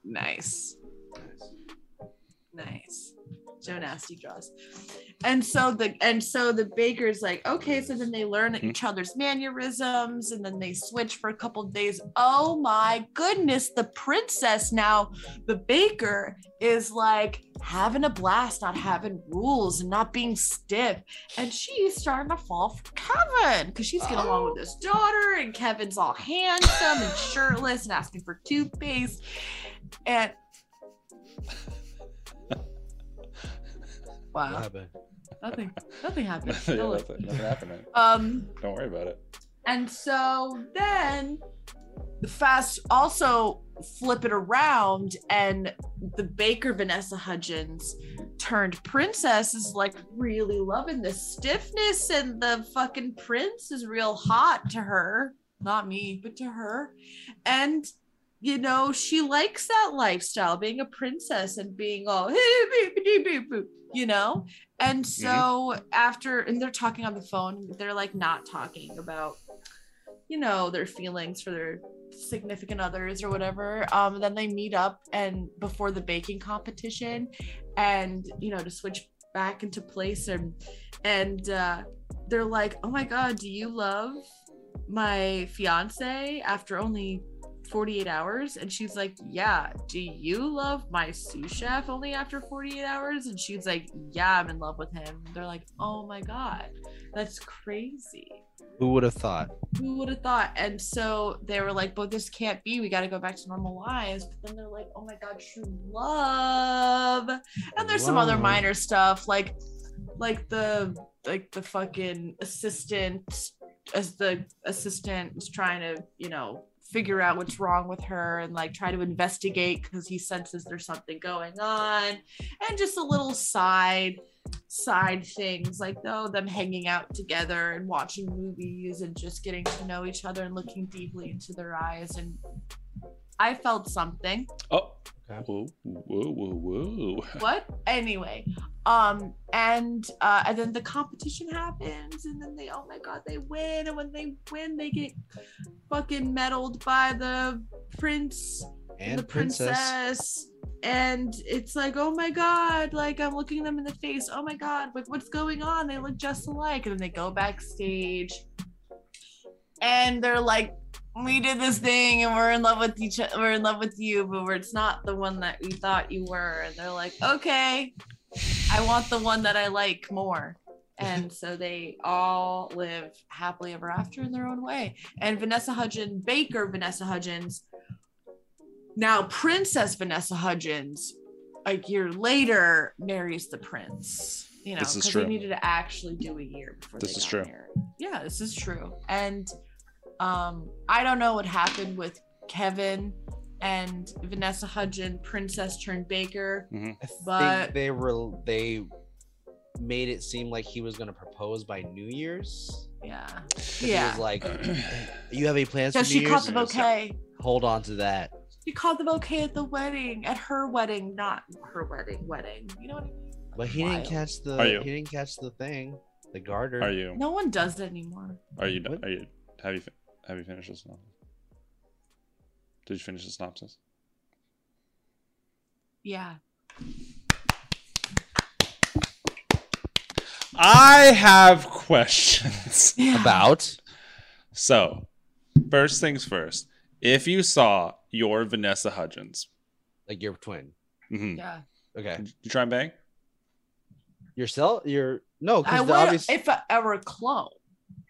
Nice. Nice. So nasty draws. And so the and so the baker's like, okay, so then they learn Mhm. each other's mannerisms and then they switch for a couple of days. Oh my goodness, the princess now, the baker is like having a blast, not having rules and not being stiff. And she's starting to fall for Kevin because she's getting along with his daughter, and Kevin's all handsome and shirtless and asking for toothpaste. And what wow, happened? nothing, nothing yeah, happened. No. nothing, nothing happened. man. Um, Don't worry about it. And so then the fast also flip it around and the baker Vanessa Hudgens turned princess is like really loving the stiffness and the fucking prince is real hot to her. Not me, but to her. And you know, she likes that lifestyle, being a princess and being all, you know? And so after, and they're talking on the phone, they're like not talking about, you know, their feelings for their significant others or whatever. Um, then they meet up and before the baking competition and, you know, to switch back into place and, and, uh, they're like, oh my God, do you love my fiance after only 48 hours and she's like yeah do you love my sous chef only after 48 hours and she's like yeah i'm in love with him they're like oh my god that's crazy Who would have thought? who would have thought and so they were like but this can't be we got to go back to normal lives but then they're like oh my god true love and there's some other Love. minor stuff like like the like the fucking assistant as the assistant is trying to you know figure out what's wrong with her and like try to investigate because he senses there's something going on and just a little side side things like though them hanging out together and watching movies and just getting to know each other and looking deeply into their eyes and I felt something. Oh. Whoa, whoa, whoa, whoa. What? Anyway, um, and uh, and then the competition happens, and then they, oh my god, they win, and when they win, they get fucking meddled by the prince And the princess. princess. And it's like, oh my god, like I'm looking them in the face. Oh my god, like what's going on? They look just alike. And then they go backstage and they're like, we did this thing and we're in love with each other, we're in love with you, but we're, it's not the one that we thought you were. And they're like, okay, I want the one that I like more. And so they all live happily ever after in their own way. And Vanessa Hudgens, Baker Vanessa Hudgens, now Princess Vanessa Hudgens, a year later, marries the prince. You know, This is because they true. needed to actually do a year before This they is got true. married. Yeah, this is true. And um, I don't know what happened with Kevin and Vanessa Hudgens, Princess turned Baker. I think But- they were they made it seem like he was gonna propose by New Year's. Yeah, 'Cause He yeah. was like, "You have any plans So for New she Year's?" caught the And I was like, bouquet. Hold on to that. She called the bouquet at the wedding, at her wedding, not her wedding, wedding. You know what I mean? But he Wild. didn't catch the. Are you? He didn't catch the thing. The garter. Are you? No one does it anymore. Are you? What? Are you? Have you? fi- Have you finished the synopsis? Did you finish the synopsis? Yeah. I have questions. Yeah. about? So, first things first. If you saw your Vanessa Hudgens, Like your twin. mhm, Yeah. Okay. did you try and bang? Yourself. Your no. I Because would the obvious. if I ever a clone,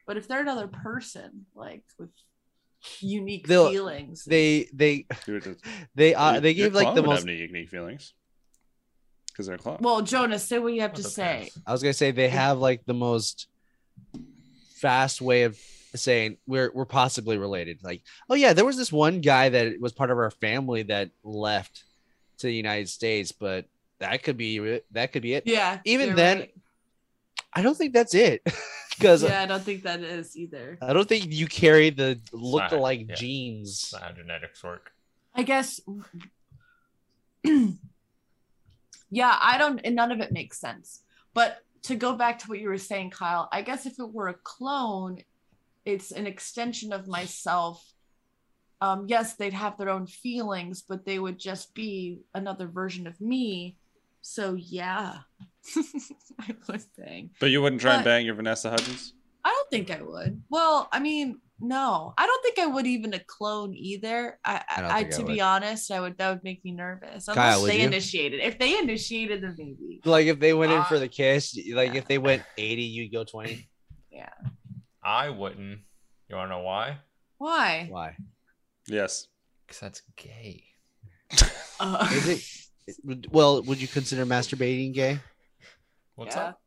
but if they're another person, like with unique They'll- feelings, they they You would just- they uh, your- they your gave like clone the would have most. any unique feelings because they're a clone. Well, Jonas, say what you have What to the say. piss? I was gonna say they have like the most fast way of saying we're we're possibly related. Like, oh yeah, there was this one guy that was part of our family that left to the United States, but that could be it- that could be it. Yeah. Even you're then- right. I don't think that's it because yeah, I don't think that is either. I don't think you carry the look alike yeah. genes. It's not how genetics work. I guess. yeah, I don't, and none of it makes sense. But to go back to what you were saying, Kyle, I guess if it were a clone, it's an extension of myself. Um, yes, they'd have their own feelings, but they would just be another version of me. So yeah, I was saying. But you wouldn't try and But- bang your Vanessa Hudgens. I don't think I would. Well, I mean, no, I don't think I would even a clone either. I, I, I don't I, think I to be would. honest, I would that would make me nervous. Unless Kyle, would they you? initiated. If they initiated, then maybe. Like if they went in for Uh, the kiss, like if they went eighty, you'd go twenty. I wouldn't. You want to know why? Why? Why? Yes. Because that's gay. Uh, Is it? Well, would you consider masturbating gay? What's Yeah. up?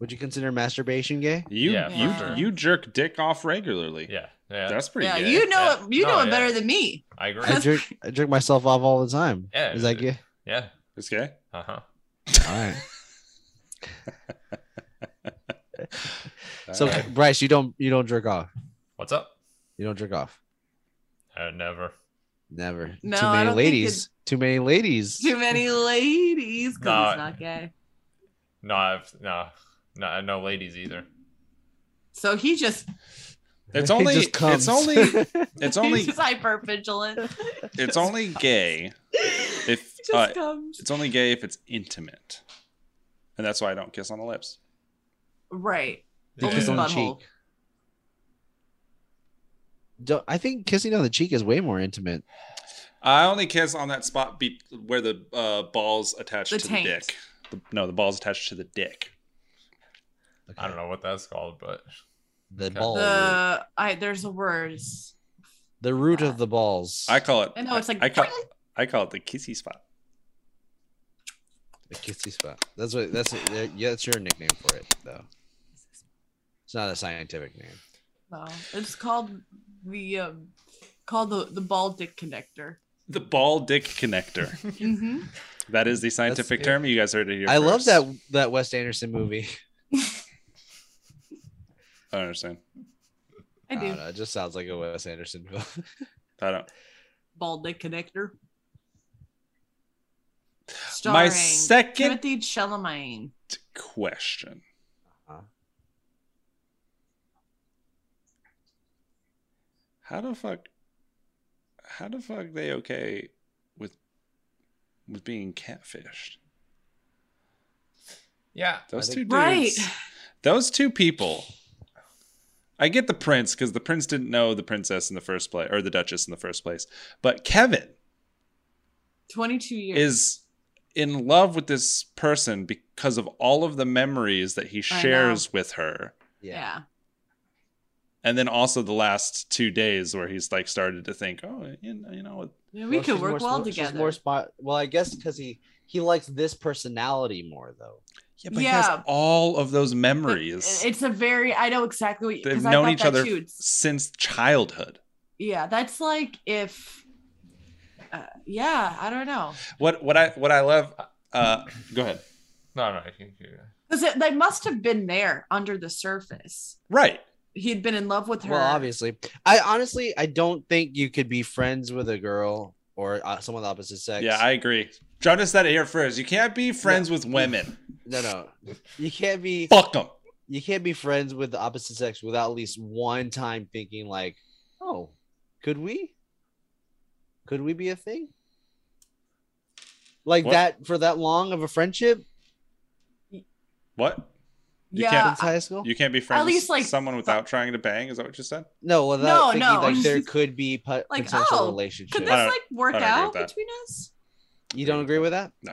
Would you consider masturbation gay? You Yeah, you for sure. you jerk dick off regularly. Yeah. Yeah. That's pretty yeah, gay. you know it. You No, know it yeah. better than me. I agree. I jerk I jerk myself off all the time. Yeah, Is that it- gay? yeah. It's gay. Uh huh. All right. All So right. Bryce, you don't you don't jerk off. What's up? You don't jerk off. Uh, never. Never. No, too I many don't think ladies. Too many ladies. Too many ladies because Nah. he's not gay. No, I've, no, no, no ladies either. So he just It's He only just comes. it's only it's he's only just hyper vigilant. it's only gay. If just uh, comes it's only gay if it's intimate, and that's why I don't kiss on the lips. right. They Only kiss on the butthole. cheek. Don't- I think kissing on the cheek is way more intimate. I only kiss on that spot be- where the uh, balls attached The to taint. the dick. The, no, the balls attached to the dick. I don't know what that's called, but The Okay. ball. The, The I there's a word. root of the balls. I call it. I know it's like I call, I call it the kissy spot. the kissy spot. That's what. That's it. yeah. That's your nickname for it, though. It's not a scientific name. No, it's called the um, called the the ball dick connector. The ball dick connector. hmm that is the scientific it. term. You guys heard it here. I love first. that that Wes Anderson movie. I don't understand. I I do don't know, it just sounds like a Wes Anderson film. I don't. ball dick connector. My Starring second Timothy Chalamet. question. Uh-huh. How the fuck? How the fuck they okay with with being catfished? yeah, Those I two think- dudes. Right. Those two people. I get the prince because the prince didn't know the princess in the first place or the duchess in the first place, but Kevin 22 years. is in love with this person because of all of the memories that he know. shares with her. Yeah. yeah. and then also the last two days where he's like started to think, oh, you know, you know what? Yeah, we Well, could she's work more well spo- she's together. More spot. Well, I guess because he he likes this personality more though. Yeah, but he has Yeah. all of those But memories. It's a very I know exactly what you They've because I known thought each that other too. It's- since childhood. Yeah, that's like if uh, yeah, I don't know. What what I what I love. Uh, go ahead. no, no, you- you- Because they must have been there under the surface. Right. He'd been in love with her. Well, obviously, I honestly I don't think you could be friends with a girl or uh, someone of the opposite sex. Yeah, I agree. John just said it here first. You can't be friends with women. no no you can't be Fuck them. you can't be friends with the opposite sex without at least one time thinking like, oh, could we? Could we be a thing? Like What? that for that long of a friendship What? You yeah. since high school? You can't be friends At least, with like, uh, someone without trying to bang. Is that what you said? no, without No, thinking no. like there could be po- Like, potential oh, relationship. Could this I don't- like work I don't agree out with that. between us? you don't agree with that? No.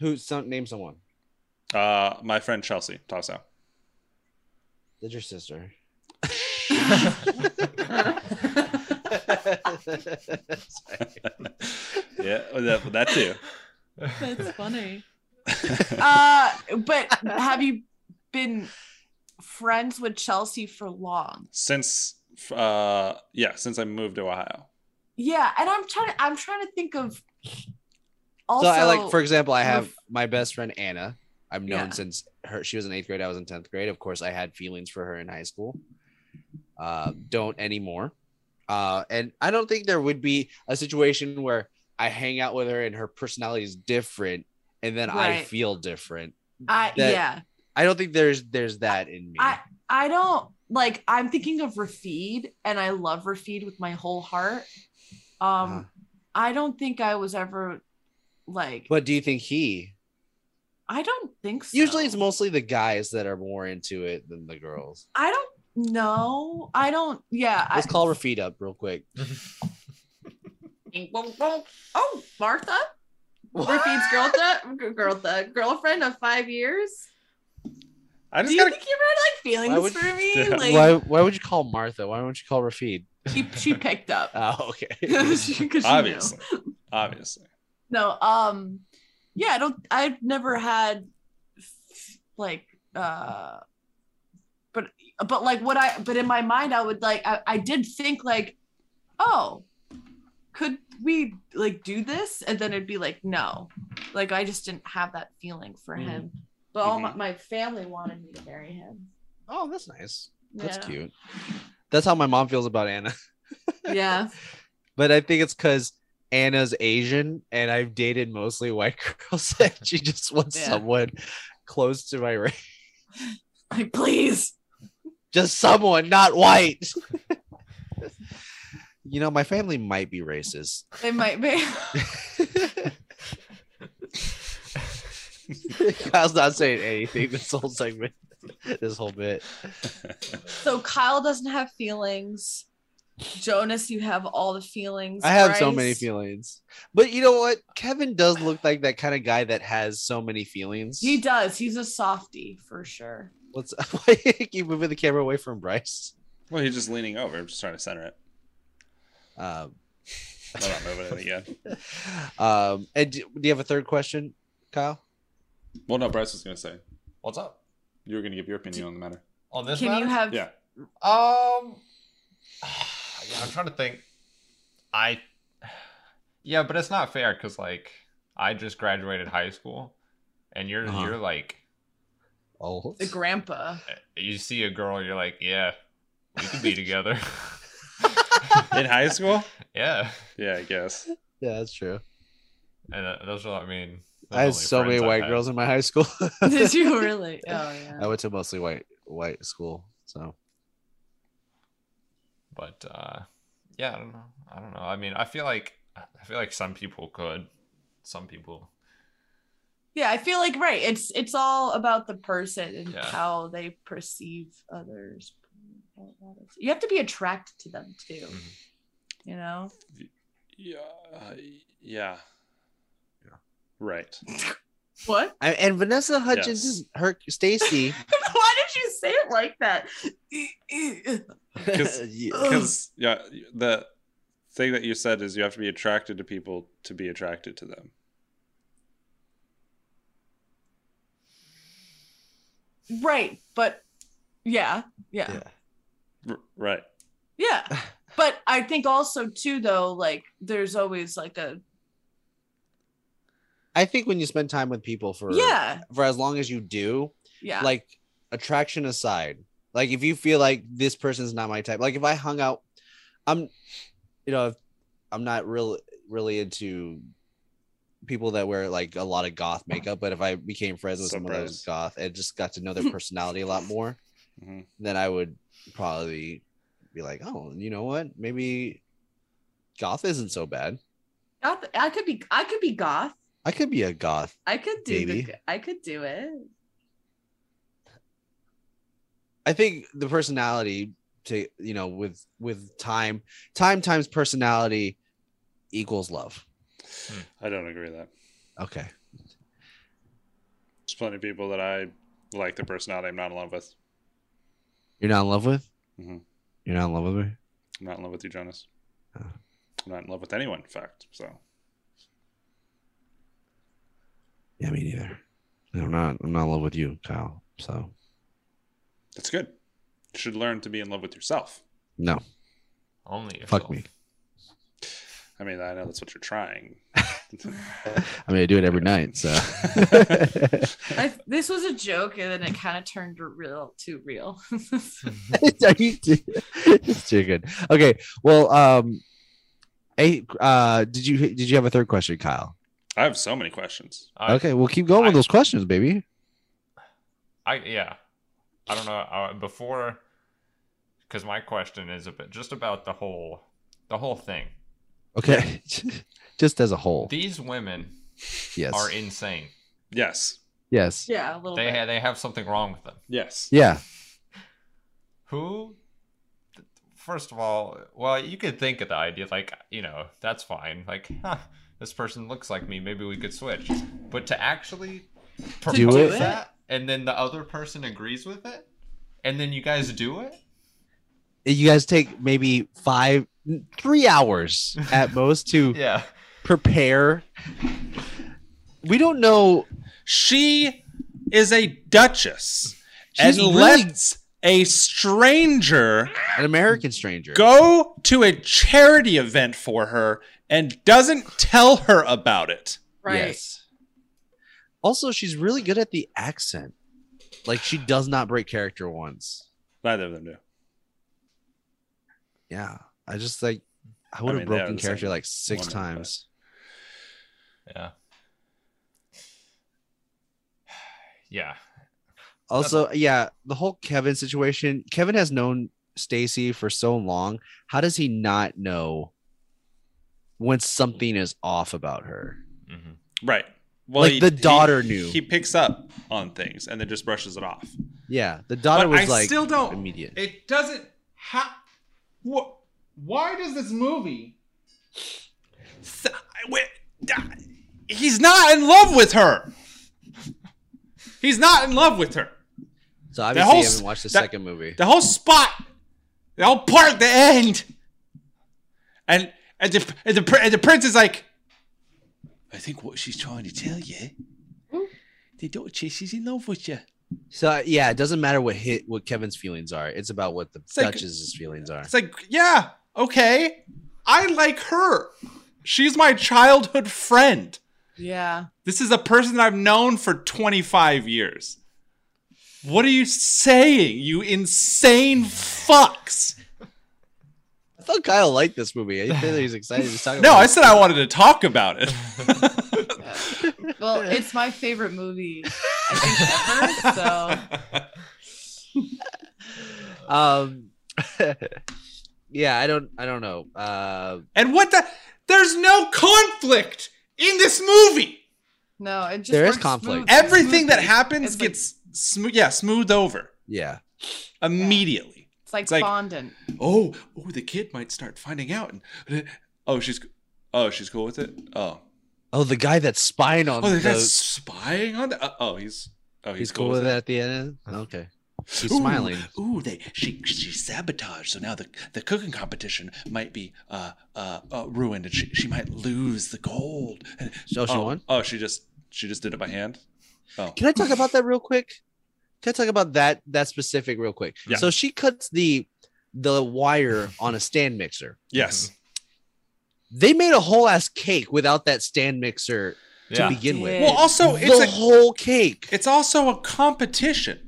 Who? Some name someone. Uh, my friend Chelsea Tosso. That's your sister. yeah, that, that too. That's funny. uh, but have you been friends with Chelsea for long? since uh yeah since i moved to ohio Yeah, and I'm trying. I'm trying to think of. Also, so I like, for example, I have ref- my best friend Anna. I've known Yeah. since her she was in eighth grade. I was in tenth grade. Of course, I had feelings for her in high school. Uh, don't anymore. Uh, and I don't think there would be a situation where I hang out with her and her personality is different, and then I Right. feel different. I that- yeah, I don't think there's there's that in me. I don't like. I'm thinking of Rafid, and I love Rafid with my whole heart. Um, Uh-huh. I don't think I was ever like. but do you think he? I don't think so. Usually, it's mostly the guys that are more into it than the girls. I don't know. I don't. Yeah. I, Let's call Rafid up real quick. oh, Martha. Rafid's girl thug, girl thug, girlfriend of five years. i Do just you gotta think you ever had Why like would- feelings for me? Yeah. Like why? Why would you call Martha? Why don't you call Rafid? she she picked up. Oh, okay. 'Cause she knew. obviously obviously No, um yeah, I don't I've never had like uh but but like what I but in my mind I would like I, I did think like oh could we like do this and then it'd be like no like I just didn't have that feeling for Mhm. him but all my, my family wanted me to marry him Oh, that's nice. That's yeah. cute. That's how my mom feels about Anna. yeah but I think it's because Anna's Asian and I've dated mostly white girls and she just wants Yeah. someone close to my race. Like, please. Just someone not white. you know, my family might be racist. They might be. Kyle's not saying anything this whole segment, this whole bit. So Kyle doesn't have feelings. Jonas, you have all the feelings. I have so Bryce- many feelings. But you know what? Kevin does look like that kind of guy that has so many feelings. He does. He's a softie for sure. Let's why keep moving the camera away from Bryce. Well, he's just leaning over. I'm just trying to center it. Um, I'm not moving it again. um, and do, do you have a third question, Kyle? Well, no, Bryce was going to say. What's up You were going to give your opinion on the matter. on this? Can matter? you have Yeah. Um, yeah, I'm trying to think. I, yeah, but it's not fair because like I just graduated high school, and you're Uh-huh. you're like Oh, the grandpa? you see a girl, you're like, yeah, we could be together. In high school? yeah, Yeah, I guess. yeah, that's true. and uh, those are I mean. those I are had only so many friends I've white had. girls in my high school. Did you really? Oh yeah. I went to mostly white white school, so but uh, yeah, I don't know. I don't know. I mean, I feel like I feel like some people could, some people. Yeah, I feel like right. It's it's all about the person and Yeah. how they perceive others. You have to be attracted to them too. Mhm. You know? Yeah. yeah. Right. What? I, and Vanessa Hudgens, Yes. is her Stacy, Why did you say it like that? Because Yeah. because yeah, the thing that you said is you have to be attracted to people to be attracted to them. right, but yeah, yeah, Yeah. yeah. R- right. But I think also too though, like there's always like a I think when you spend time with people for yeah, for as long as you do, yeah, like attraction aside like if you feel like this person's not my type like if i hung out i'm you know if i'm not real really into people that wear like a lot of goth makeup but if i became friends with someone that was goth and just got to know their personality a lot more Mhm. then i would probably be like oh you know what maybe goth isn't so bad Goth- I could be, I could be goth. i could be a goth I could do, the, Maybe. I could do it. I think the personality to you know with with time time times personality equals love. I don't agree with that. Okay. There's plenty of people that I like their personality. I'm not in love with. You're not in love with? Mhm. You're not in love with me? I'm not in love with you, Jonas. Oh. I'm not in love with anyone, in fact. So Yeah, me neither. I'm not I'm not in love with you, Kyle. So that's good. You should learn to be in love with yourself. no. Only Fuck yourself. me. I mean, I know that's what you're trying. I mean I do it every night, so I, this was a joke, and then it kind of turned real too real. Are you too- it's too good. Okay. Well, um hey, uh did you did you have a third question, Kyle? I have so many questions. I- Okay, we'll keep going with I- those questions, baby. I yeah, I don't know. Uh, before, because my question is a bit just about the whole, the whole thing. Okay. Just as a whole. These women yes. are insane. Yes. yes. yeah, a little They bit. ha- they have something wrong with them. Yes. Yeah. Who? th- First of all, well, you could think of the idea like you know that's fine. Like, huh, this person looks like me. Maybe we could switch. But to actually propose it? that, and then the other person agrees with it, and then you guys do it. You guys take maybe five, three hours at most to Yeah. prepare. We don't know. She is a duchess She's really and lets a stranger an American stranger. go to a charity event for her and doesn't tell her about it. right. Yes. Also, she's really good at the accent. Like she does not break character once. Neither of them do. Yeah. I just like I would have mean, they are broken the character same like six woman, but- times. Yeah. Yeah. Also, yeah, the whole Kevin situation. Kevin has known Stacy for so long. How does he not know when something is off about her? hmm Right. Well, Like, the daughter knew. He picks up on things and then just brushes it off. Yeah, the daughter But was I like still don't. immediate. It doesn't have. What? Why does this movie? Th- I- wi- da- He's not in love with her. He's not in love with her. so the obviously, whole you s- haven't watched the that- second movie. The whole spot, the whole part, the end, and and the and the, pr- and the prince is like, I think what she's trying to tell you, Hmm? the daughter, she's in love with you. so yeah, it doesn't matter what hit what Kevin's feelings are. It's about what the It's like- Duchess's feelings are. It's like, yeah, okay, I like her. She's my childhood friend. Yeah. This is a person I've known for 25 years. What are you saying, you insane fucks? I thought Kyle liked this movie. I think he's excited. He's talking. No, about I it. said I wanted to talk about it. Well, it's my favorite movie I think ever. So um yeah i don't i don't know uh And what the? There's no conflict in this movie. no, it just There is works conflict. smooth- Everything that smoothly. happens It's like- gets smooth, yeah, smoothed over yeah immediately. It's like, it's like- fondant. Oh, oh, the kid might start finding out. And, oh, she's, oh, she's cool with it. Oh, oh the guy that's spying on oh, the the, guy's spying on that. Uh, oh, he's, oh, he's cool with it. that at the end okay he's Ooh, smiling Ooh, they she she sabotaged. So now the the cooking competition might be uh uh, uh ruined, and she, she might lose the gold. oh she oh, won oh, she just, she just did it by hand. can i talk about that real quick can i talk about that that specific real quick Yeah. so she cuts the the wire on a stand mixer Yes. they made a whole ass cake without that stand mixer to Yeah. begin with Mm-hmm. Yeah. Well, also, the it's a whole cake It's also a competition.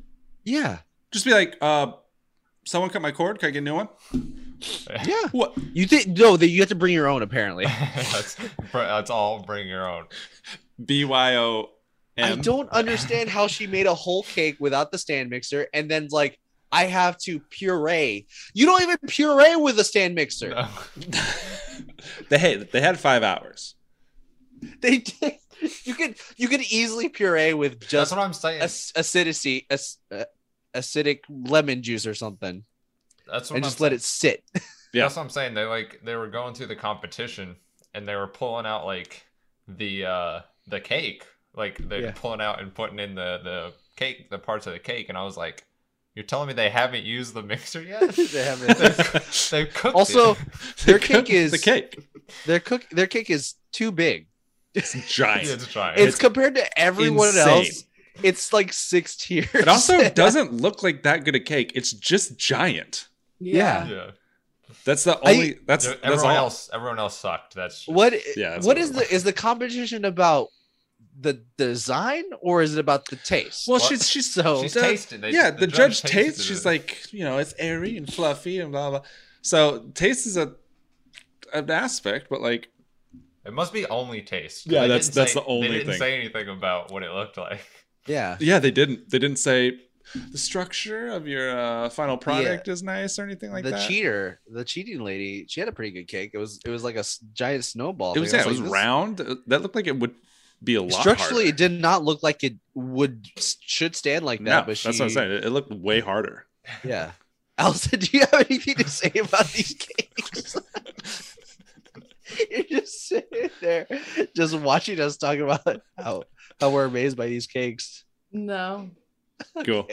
yeah Just be like, uh, someone cut my cord. Can I get a new one? yeah What? you think no that you have to bring your own apparently that's, that's all bring your own. B Y O I M. don't understand how she made a whole cake without the stand mixer and then like I have to puree. You don't even puree with a stand mixer. No. They had they had five hours. They did. You could you could easily puree with That's just what I'm saying. ac- acidity, ac- uh, acidic lemon juice or something, That's what and I'm just let it sit. Yeah. That's what I'm saying. They like they were going through the competition and they were pulling out like the uh the cake. Like they're Yeah. pulling out and putting in the the cake, the parts of the cake, and I was like, You're telling me they haven't used the mixer yet? They haven't- they cooked Also, it. Their cake is- the cake. their cook their cake is too big. It's Yeah, giant. it's giant. It's, compared to everyone insane. else. It's like six tiers. It also doesn't look like that good a cake. It's just giant. Yeah. yeah. That's the I- only. that's Everyone that's all. else everyone else sucked. That's what Yeah, that's what what is it the is the competition about the design or is it about the taste? Well, What? she's she's so she's the- tasted. They, yeah. The, judge, tastes. tasted She's it. like, you know, it's airy and fluffy and blah blah. So taste is a an aspect, but like It must be only taste. 'cause Yeah, they that's- didn't that's say- the only They didn't thing. say anything about what it looked like. yeah. Yeah, they didn't. They didn't say the structure of your uh, final product is nice or anything like the that. cheater, the cheating lady, she had a pretty good cake. It was it was like a s- giant snowball. It was, thing. yeah, I it was like, this- round. Uh, That looked like it would be a lot Structurally, it harder. did not look like it would should stand like that. No, but she, that's what I'm saying. It, it looked way harder. Yeah. Allison, do you have anything to say about these cakes? You're just sitting there, just watching us talk about how how we're amazed by these cakes. No. Cool.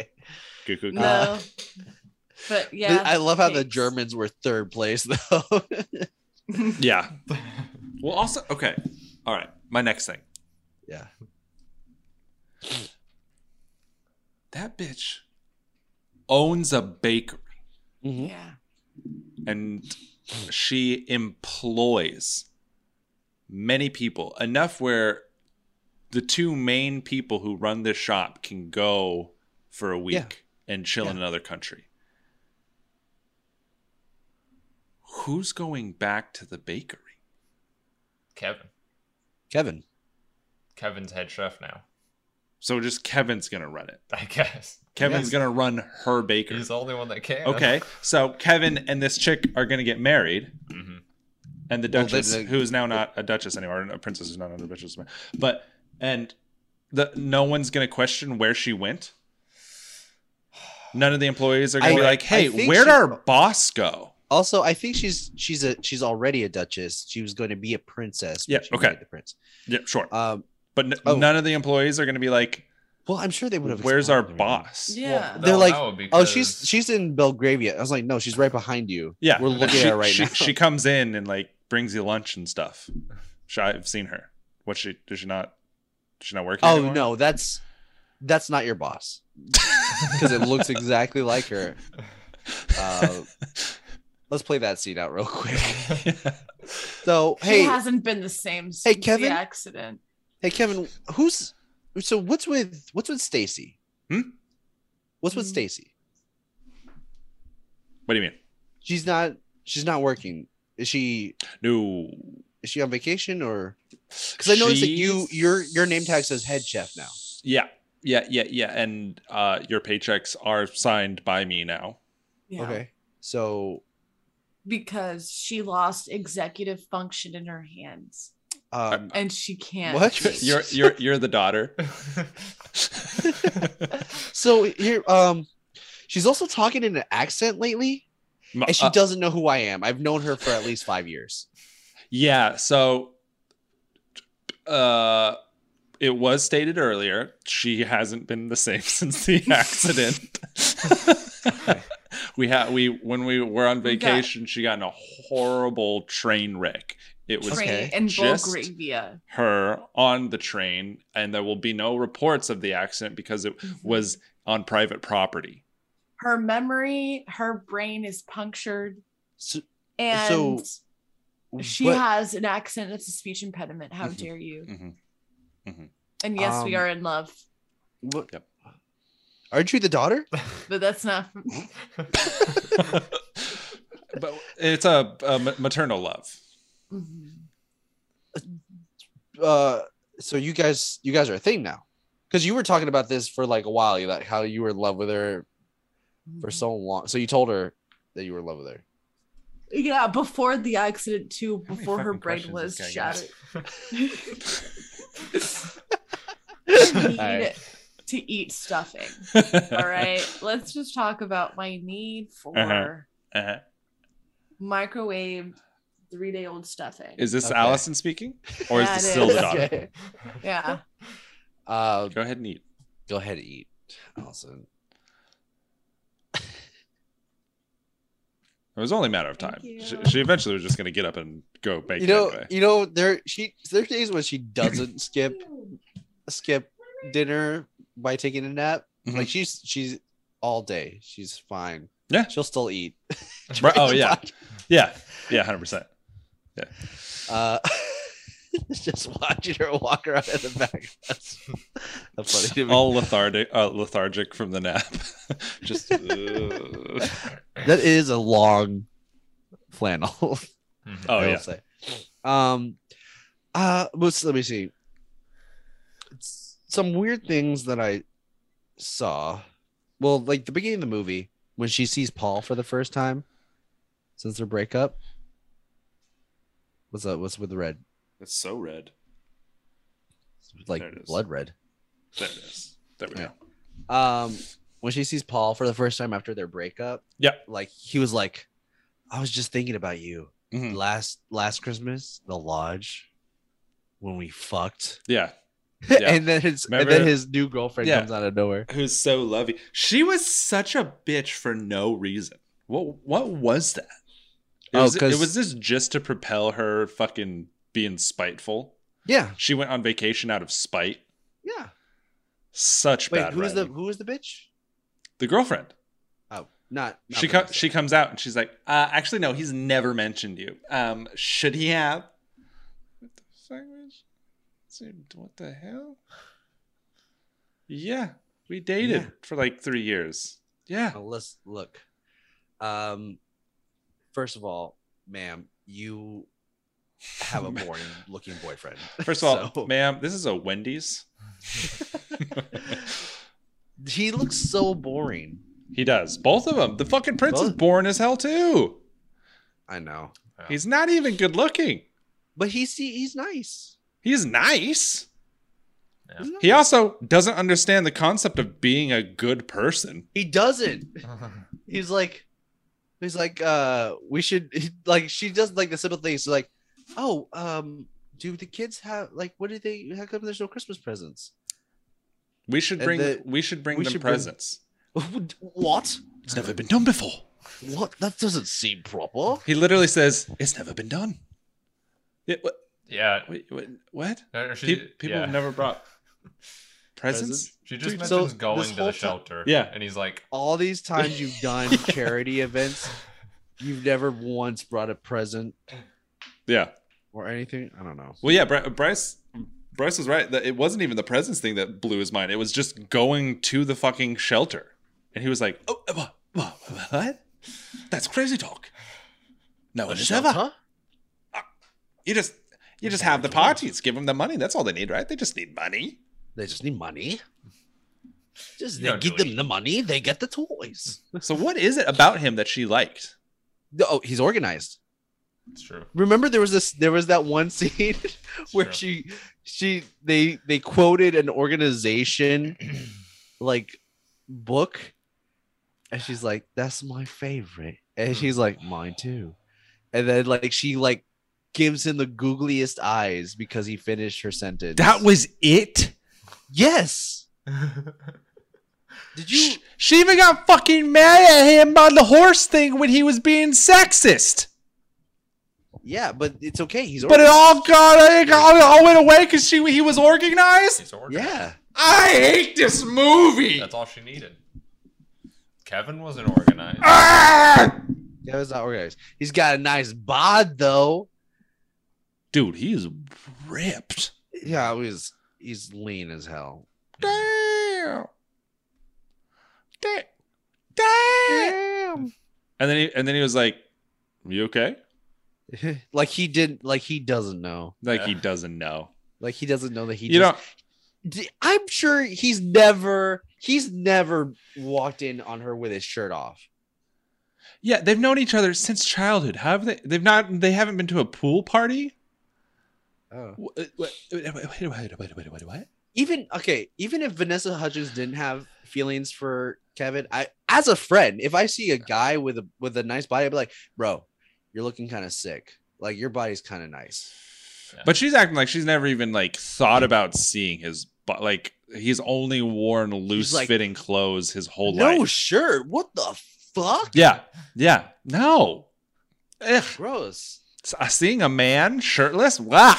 Good, good, No. good. but But yeah. I love how the cakes. Germans were third place though. Yeah. Well, also, okay. All right. My next thing. yeah. That bitch owns a bakery Yeah. and she employs many people enough where the two main people who run this shop can go for a week and chill in another country. Who's going back to the bakery? Kevin. Kevin. Kevin's head chef now. So just Kevin's gonna run it. I guess Kevin's Yes. gonna run her bakery. he's the only one that can. Okay, so Kevin and this chick are gonna get married, hmm and the Well, uh, they- Duchess, they- who is now not a Duchess anymore, a princess who's not a Duchess, but and the no one's gonna question where she went. None of the employees are gonna I- be like, I "Hey, think where'd she- our boss go?" Also, I think she's she's a she's already a duchess. She was going to be a princess. when Yeah, she okay. married The prince. Yeah, sure, Um. but n- oh. none of the employees are gonna be like, Well, I'm sure they would have. "Where's our explained everything. boss?" Yeah. They're like, oh, Oh, she's she's in Belgravia. I was like, no, she's right behind you. Yeah, we're looking she, at her right she, now. She comes in and like brings you lunch and stuff. She, I've seen her. What she does she not? Does she not work? here oh anymore? no, that's that's not your boss because it looks exactly like her. Uh, let's play that scene out real quick. So Hey, hey, it hasn't been the same since Kevin? the accident. hey Kevin, who's so what's with what's with Stacy? Hmm? What's with Hmm. Stacy? What do you mean? She's not she's not working. Is she No. is she on vacation or? Because I noticed that you She's- your your name tag says head chef now. Yeah, yeah, yeah, yeah. And uh, your paychecks are signed by me now. Yeah. Okay, so Because she lost executive function in her hands Uh, um, and she can't. What? You're you're you're the daughter. so here um, she's also talking in an accent lately, M- and she uh, doesn't know who I am. I've known her for at least five years. Yeah, so uh it was stated earlier she hasn't been the same since the accident. we had we when we were on We got- vacation she got in a horrible train wreck. It was Train okay. in Just- Bulgaria. her on the train and there will be no reports of the accident because it was on private property. Her memory, her brain is punctured. So, And she but- has an accent that's a speech impediment. How Mhm. dare you? Mhm. And yes, we Um, are in love, what- Yep. Aren't you the daughter? but that's not. But it's a, a ma- maternal love. Mhm. Uh, so you guys, you guys are a thing now, because you were talking about this for like a while. You like how you were in love with her Mm-hmm. for so long. So you told her that you were in love with her. Yeah, before the accident too, many before her fucking brain was questions this guy shattered. gets? I need Alright. to eat stuffing. All right, let's just talk about my need for Uh-huh. Uh-huh. microwaved three-day-old stuffing. Is this Okay. Allison speaking, or is Yeah, this it still the is. daughter? Okay. yeah, Uh, Go ahead and eat. go ahead and eat, Allison. It was only a matter of Thank time. you. She, she eventually was just going to get up and go bake. you know, it anyway. you know, there she there's days when she doesn't skip Mm-hmm. skip dinner by taking a nap. Mhm. Like she's she's all day. She's fine. Yeah. she'll still eat. Right, oh, yeah. yeah, yeah, hundred percent. Uh, just watching her walk around in the back. That's, that's funny to me. All lethargic, uh, lethargic from the nap. just uh, that is a long flannel. Mhm. oh I will yeah, say. Um, uh, let's, let me see. It's some weird things that I saw. Well, like the beginning of the movie when she sees Paul for the first time since their breakup. What's up? What's with the red? it's so red. It's Like There it is. blood red. There it is. There we go. Um, when she sees Paul for the first time after their breakup. Yeah. Like he was like, I was just thinking about you Mhm. last last Christmas, the lodge, when we fucked. Yeah, Yeah. and then his and Remember- then his new girlfriend Yeah. comes out of nowhere. who's so lovey? She was such a bitch for no reason. What? What was that? It Oh, was, it 'cause- was this just to propel her fucking being spiteful. Yeah, She went on vacation out of spite. yeah. Such Wait, bad who's the writing. who is the bitch? the girlfriend? Oh, not, not she the co- next she one. comes out and she's like, uh, actually no, he's never mentioned you. Um, should he have? What the fuck was- dude, What the hell? Yeah, we dated Yeah. for like three Oh, years. Yeah, Now, let's look. Um, first of all, ma'am, you have a boring looking boyfriend. First of all, So- ma'am, this is a Wendy's. he looks so boring. He does. Both of them. The fucking prince is Both? born as hell too. I know, He's not even good looking. but he's he's nice. He's nice. Yeah. He's nice. He also doesn't understand the concept of being a good person. he doesn't. He's like, he's like, uh, we should like. She does like the simple things. So like, oh, um, do the kids have like? What do they? How come there's no Christmas presents? We should And bring the- we should bring we them should bring- presents. what? It's never been done before. What? That doesn't seem proper. He literally says, "It's never been done." Yeah, what? yeah. wait, wait, what? Uh, she- Pe- people yeah. have never brought presents. Presents? She just Dude, so mentions this going to whole the ti- shelter. Yeah. and he's like, All these times you've done charity events, you've never once brought a present Yeah. or anything. I don't know. Well, yeah. Bri- Bryce Bryce was right. That it wasn't even the presents thing that blew his mind. It was just going to the fucking shelter, and he was like, Oh, uh, wha- wha- what? That's crazy talk. No one has ever. Huh? "You just you just have the parties. Give them the money. That's all they need, right? They just need money." They just need money. Just You they don't give do them the money, they get the toys. So what is it about him that she liked? Oh, he's organized. "It's true." remember there was this there was that one scene where Sure. she she they they quoted an organization like book and she's like that's my favorite and she's like mine too and then like she like gives him the googliest eyes because he finished her sentence That was it. yes did you Sh- she even got fucking mad at him on the horse thing when he was being sexist. yeah but it's okay he's But it organized. all got it all, it all went away because she he was organized. He's organized. yeah I hate this movie. That's all she needed. Kevin wasn't organized. Ah! that was not organized he's got a nice bod though Dude, he is ripped. yeah he's he's lean as hell Damn. Da- Damn. And then he and then he was like, "You okay?" like he didn't like he doesn't know Like he Yeah. doesn't know. like he doesn't know that he you just, know, D- i'm sure he's never he's never walked in on her with his shirt off yeah, they've known each other since childhood. Have they? They've not. They haven't been to a pool party. oh. Wh- uh, wh- Wait, wait, wait, wait, wait, wait, wait, what? even okay even if vanessa hudgens didn't have feelings for kevin i as a friend if i see a guy with a with a nice body i'd be like bro you're looking kind of sick like your body's kind of nice But she's acting like she's never even like thought about seeing his butt. Like he's only worn loose fitting clothes his whole no life. shirt what the fuck yeah, yeah, no. Ugh. gross S- uh, Seeing a man shirtless, wow.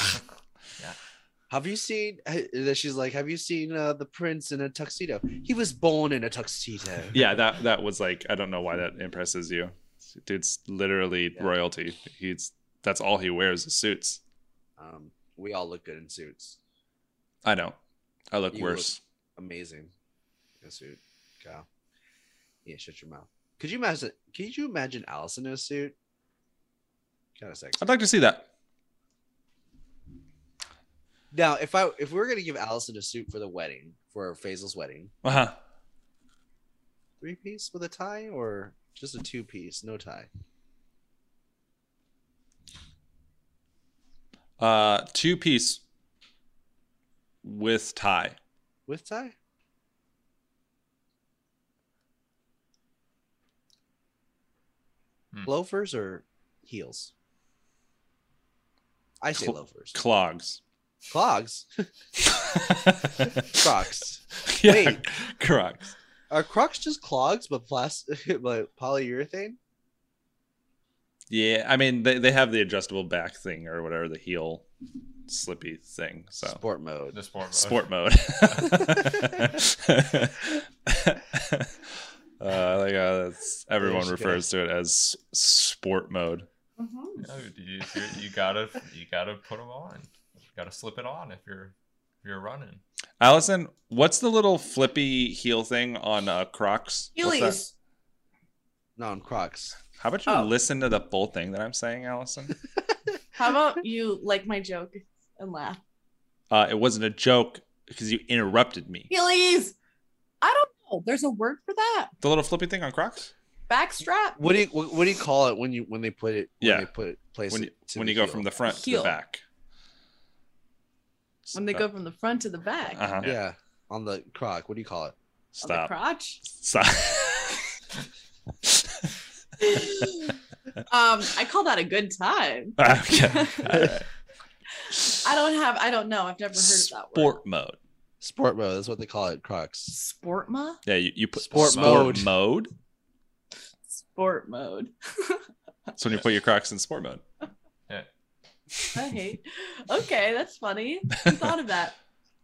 Have you seen uh, that? She's like, Have you seen uh, the prince in a tuxedo? He was born in a tuxedo. Yeah, that that was like I don't know why that impresses you. Dude's literally royalty. He's that's all he wears is suits. Um, we all look good in suits. I know. I look You look- worse. Amazing. In a suit. Kyle. Yeah, shut your mouth. Could you imagine? Could you imagine Alice in a suit? Kind of sexy. I'd like to see that. Now, if I if we were gonna give Allison a suit for the wedding, for Faisal's wedding, Uh huh. three piece with a tie or just a two piece, no tie. Uh, two piece with tie. With tie? Hmm. Loafers or heels? I say Cl- loafers. Clogs. Clogs? Crocs. yeah, Wait. Crocs. Are Crocs just clogs but plastic but polyurethane? Yeah, I mean they, they have the adjustable back thing or whatever the heel slippy thing. So Sport mode. the sport mode. sport mode. uh, like uh, that's everyone There's refers to it as s- sport mode. Mhm. No, you, you- you gotta you gotta put them on. You gotta slip it on if you're if you're running. Allison, what's the little flippy heel thing on uh, Crocs? What's that? Heelys. No, on Crocs. How about you Oh. listen to the full thing that I'm saying, Allison? How about you like my joke and laugh? Uh, it wasn't a joke because you interrupted me. Achilles! I don't know. There's a word for that. The little flippy thing on Crocs? Backstrap? What do you what, what do you call it when you when they put it? Yeah. When they put it, place When you, it to when the you go heel? from the front to Heel. the back. When they go from the front to the back. Uh huh. yeah. on the croc. What do you call it? On the Stop. crotch. Stop. um, I call that a good time. okay. All right. I don't have I don't know. I've never heard of that word. Sport mode. Sport mode. That's what they call it. Crocs. Sportma? Yeah, you, you put Sport mode. mode. Sport mode. That's when you put your Crocs in sport mode. I hate. Okay, that's funny. I thought of that.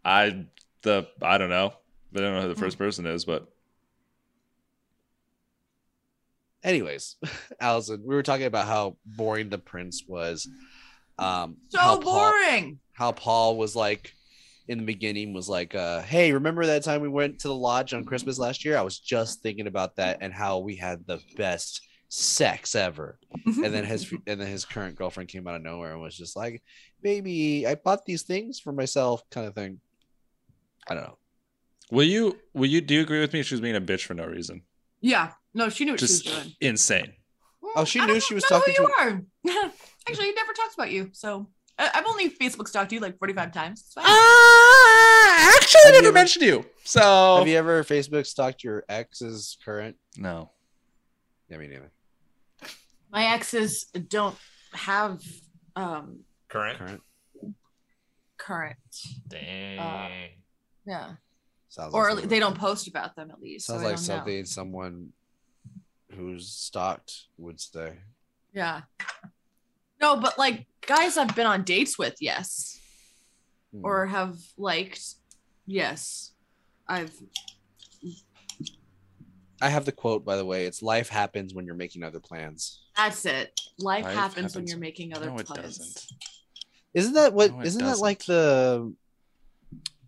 I the I don't know. I don't know Hmm. who the first person is, but Anyways, Allison, we were talking about how boring the prince was. Um, So how Paul- boring. how Paul was like in the beginning was like, uh, hey, remember that time we went to the lodge on Christmas last year? I was just thinking about that and how we had the best sex ever. And then his and then his current girlfriend came out of nowhere and was just like, Baby, I bought these things for myself, kind of thing. I don't know. will you will you do you agree with me? She was being a bitch for no reason. Yeah. No, she knew what Just she was doing. insane. Oh, she I knew don't she was know talking who you are. Actually, he never talks about you. So I- I've only Facebook stalked you like 45 times. It's fine. Ah, actually, Have you ever- mentioned you. So Have you ever Facebook stalked your ex's current? no. Yeah, me neither. My exes don't have um Current. Current current. Dang. Uh, Yeah. sounds Or like at le- someone- they don't post about them at least. so sounds I like don't know. something someone who's stalked would say. Yeah. No, but like guys I've been on dates with, yes. Hmm. Or have liked, yes. I've I have the quote by the way. It's life happens when you're making other plans. that's it. Life, Life happens, when happens- you're making other no, it plans. doesn't. Isn't that what? No, it not that like the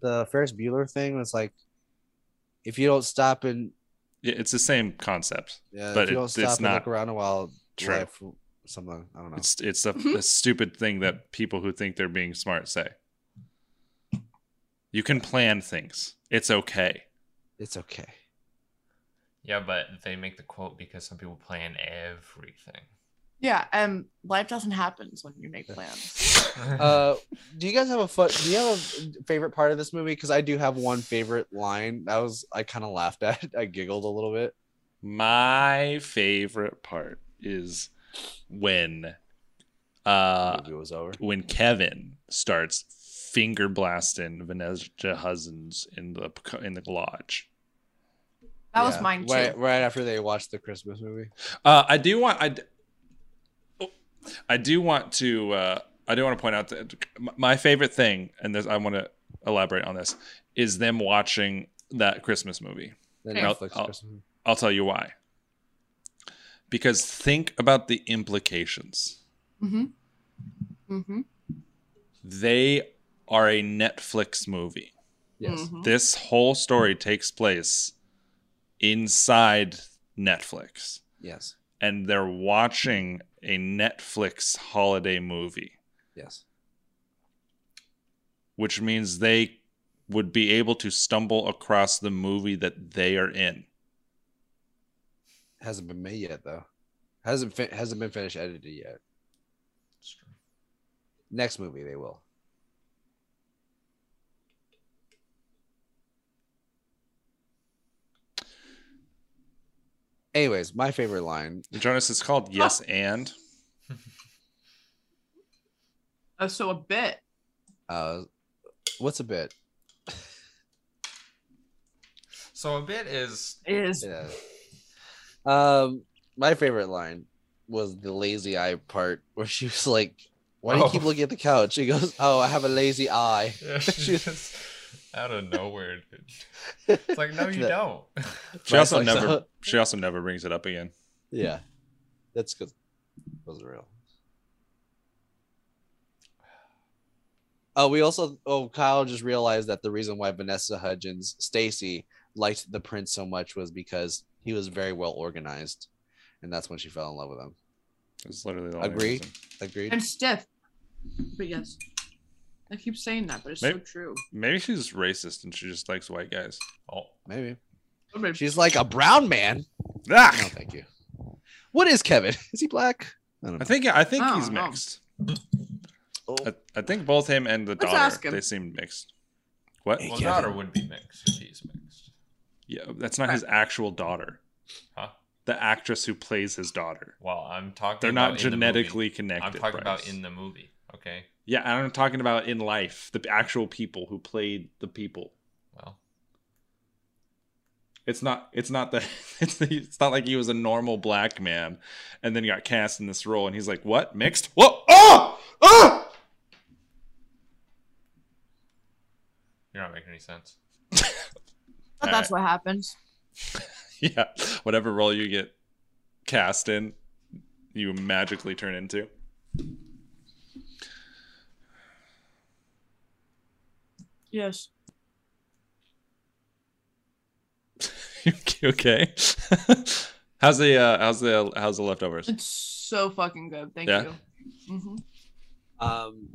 the Ferris Bueller thing? Was like if you don't stop and Yeah, it's the same concept. yeah, But if you it- don't it's stop and not look around a while, true. life will- something I don't know. It's it's a, Mm-hmm. a stupid thing that people who think they're being smart say. You can plan things. It's okay. It's okay. Yeah, but they make the quote because some people plan everything. Yeah, um life doesn't happen when you make plans. Uh, do you guys have a fun, Do you have a favorite part of this movie? Because I do have one favorite line that was I kind of laughed at. I giggled a little bit. My favorite part is when uh The movie was over. when Kevin starts finger blasting Vanessa Hudgens in the in the lodge. That was Yeah, mine too. Right, right after they watched the Christmas movie. Uh, I do want I, d- oh, I do want to uh, I do want to point out that m- my favorite thing, and this I want to elaborate on this, is them watching that Christmas movie. The Fair. Netflix I'll- Christmas movie. I'll tell you why. Because think about the implications. Mm-hmm. Mm-hmm. They are a Netflix movie. Yes. Mm. Mm-hmm. This whole story takes place inside Netflix, Yes. and they're watching a Netflix holiday movie, Yes. which means they would be able to stumble across the movie that they are in. hasn't been made yet though hasn't fi- hasn't been finished edited yet next movie they will anyways my favorite line Jonas, it's called Yes and. Oh, so a bit. uh what's a bit so a bit is is yeah um my favorite line was the lazy eye part where she was like why do you keep Oh. looking at the couch she goes oh i have a lazy eye just out of nowhere. Dude. It's like no, you That- don't. She also Right, so- never she also never brings it up again. Yeah, that's good. Wasn't real. Oh, we also oh Kyle just realized that the reason why Vanessa Hudgens Stacy liked the prince so much was because he was very well organized, and that's when she fell in love with him. It's literally the only Agree. reason. Agreed. And stiff. But yes. I keep saying that, but it's Maybe- so true. Maybe she's racist and she just likes white guys. Oh, Maybe Somebody- she's like a brown man. Ah! No, thank you. What is Kevin? Is he black? I don't I know. think I think Oh, he's no. mixed. I, I think both him and the daughter ask him. they seem mixed. What? Hey, well, Kevin. daughter would be mixed. if He's mixed. Yeah, that's not his actual daughter. Huh? The actress who plays his daughter. Well, I'm talking. They're about not in the movie. genetically connected. I'm talking about Bryce. in the movie. Okay. Yeah, and I'm talking about in life, the actual people who played the people. Well, It's not it's not that it's, the, it's not like he was a normal black man and then got cast in this role and he's like, "What? Mixed? Whoa! Oh! Oh! you're not making any sense. But that's what happens. Yeah. Whatever role you get cast in, you magically turn into. Yes. You okay. how's the uh, how's the how's the leftovers? It's so fucking good. Thank Yeah. you. hmm Um,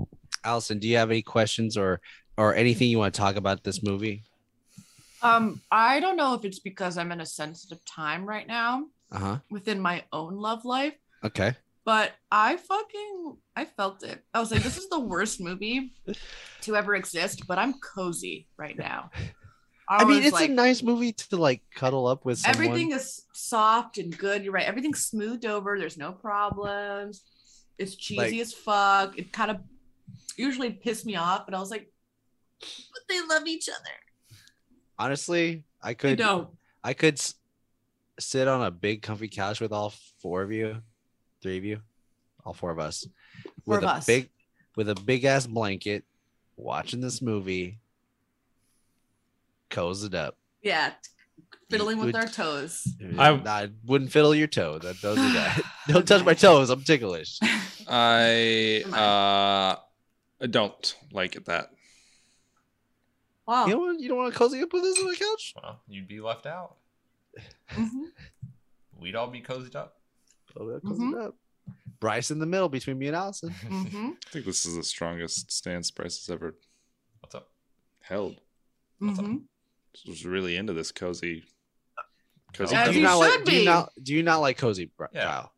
Allison, do you have any questions or or anything you want to talk about this movie? Um, I don't know if it's because I'm in a sensitive time right now Uh huh. within my own love life, Okay. but I fucking I felt it. I was like, this is the worst movie to ever exist, but I'm cozy right now. I, I mean, was it's like, a nice movie to like cuddle up with someone. everything is soft and good. You're right. Everything's smoothed over. There's no problems. It's cheesy Like- as fuck. It kind of usually pissed me off, but I was like, but they love each other. Honestly, I I could don't. I could s- sit on a big comfy couch with all four of you, three of you, all four of us, Four with of a us. big with a big ass blanket, watching this movie, cozied up. Yeah. Fiddling with Good. our toes. I, I wouldn't fiddle your toe. That don't do that. don't touch my Okay. toes. I'm ticklish. I uh don't like it that. Wow. You know what? You don't want to cozy up with us on the couch. Well, you'd be left out. Mhm. We'd all be cozied up. Oh, cozy Mhm. up. Bryce in the middle between me and Allison. Mhm. I think this is the strongest stance Bryce has ever What's up? held. Mhm. Just was really into this cozy, cozy. As do cozy. you you not should like? Do be. you not? Do you not like cozy, Bri- Yeah. Kyle?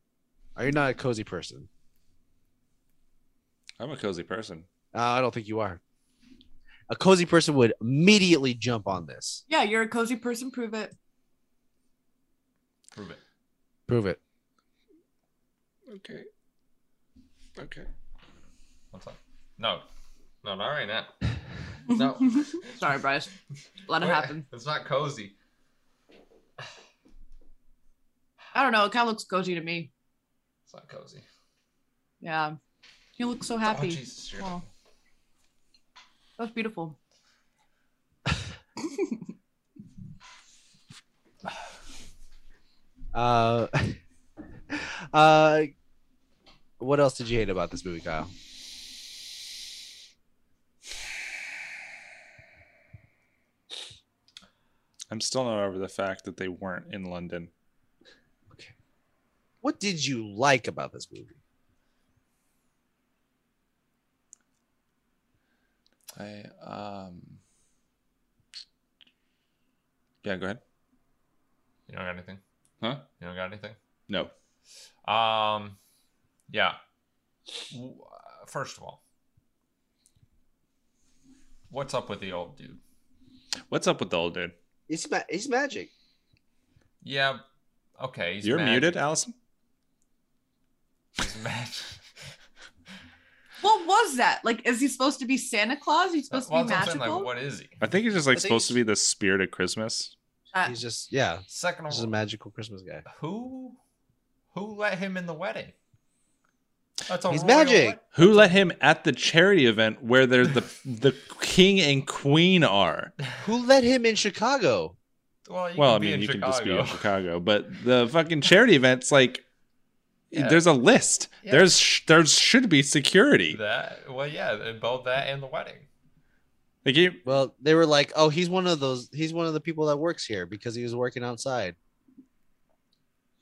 Are you not a cozy person? I'm a cozy person. Uh, I don't think you are. A cozy person would immediately jump on this. Yeah, you're a cozy person. Prove it. Prove it. Prove it. Okay. Okay. What's up? No. No, not right now. No. Sorry, Bryce. Let it Wait, happen. It's not cozy. I don't know. It kind of looks cozy to me. It's not cozy. Yeah. You look so Oh, happy. Jesus. you're- Oh. That's beautiful. Uh, uh, what else did you hate about this movie, Kyle? I'm still not over the fact that they weren't in London. What did you like about this movie? I um. Yeah, go ahead. You don't got anything? Huh? You don't got anything? No. Um, yeah. W- uh, First of all, what's up with the old dude? What's up with the old dude? It's ma- it's magic. Yeah. Okay. He's You're magic. muted, Allison. He's magic. What was that? Like, is he supposed to be Santa Claus? He's supposed Well, to be that's what I'm saying, magical? Like, what is he? I think he's just like I think supposed to be the spirit of Christmas. Uh, He's just yeah, Second he's of just a all, magical Christmas guy. who, who let him in the wedding? That's a He's royal magic. wed- Who let him at the charity event where there's the the king and queen are? Who let him in Chicago? Well, you well, I can be mean, in you Chicago. can just be in Chicago, but the fucking charity events, like, Yeah. there's a list. Yeah. There's sh- there should be security. That well, yeah, both that and the wedding. Like, you, Well, they were like, oh, he's one of those. He's one of the people that works here because he was working outside.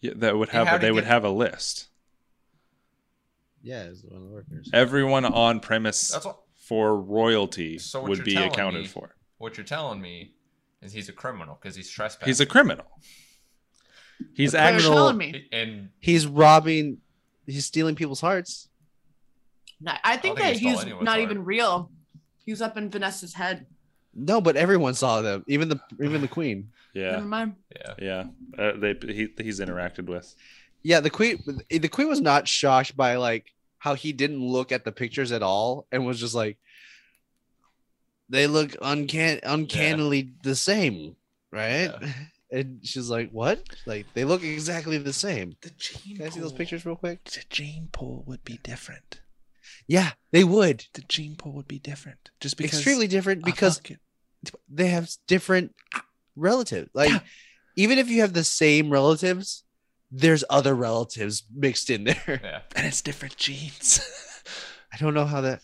Yeah, that would Hey, have. how'd they it would get- have a list. Yeah, it's one of the workers. Everyone on premise That's what. for royalty So what would you're be telling accounted me- for. What you're telling me is he's a criminal because he's trespassing. He's a criminal. He's They're telling actual. me. and He's robbing. He's stealing people's hearts. No, I think think that he stole he's anyone's not heart. even real. He was up in Vanessa's head. No, but everyone saw them. Even the even the queen. Yeah, Never mind. yeah. yeah. Uh, they he, he's interacted with. Yeah, the queen. The queen was not shocked by like how he didn't look at the pictures at all and was just like, they look uncan uncannily the same, right? And she's like, what? Like they look exactly the same. The gene Can I see those pictures real quick? The gene pool would be different. Yeah, they would. The gene pool would be different. Just because Extremely different I because fucking- they have different relatives. Like even if you have the same relatives, there's other relatives mixed in there. Yeah. and it's different genes. I don't know how that.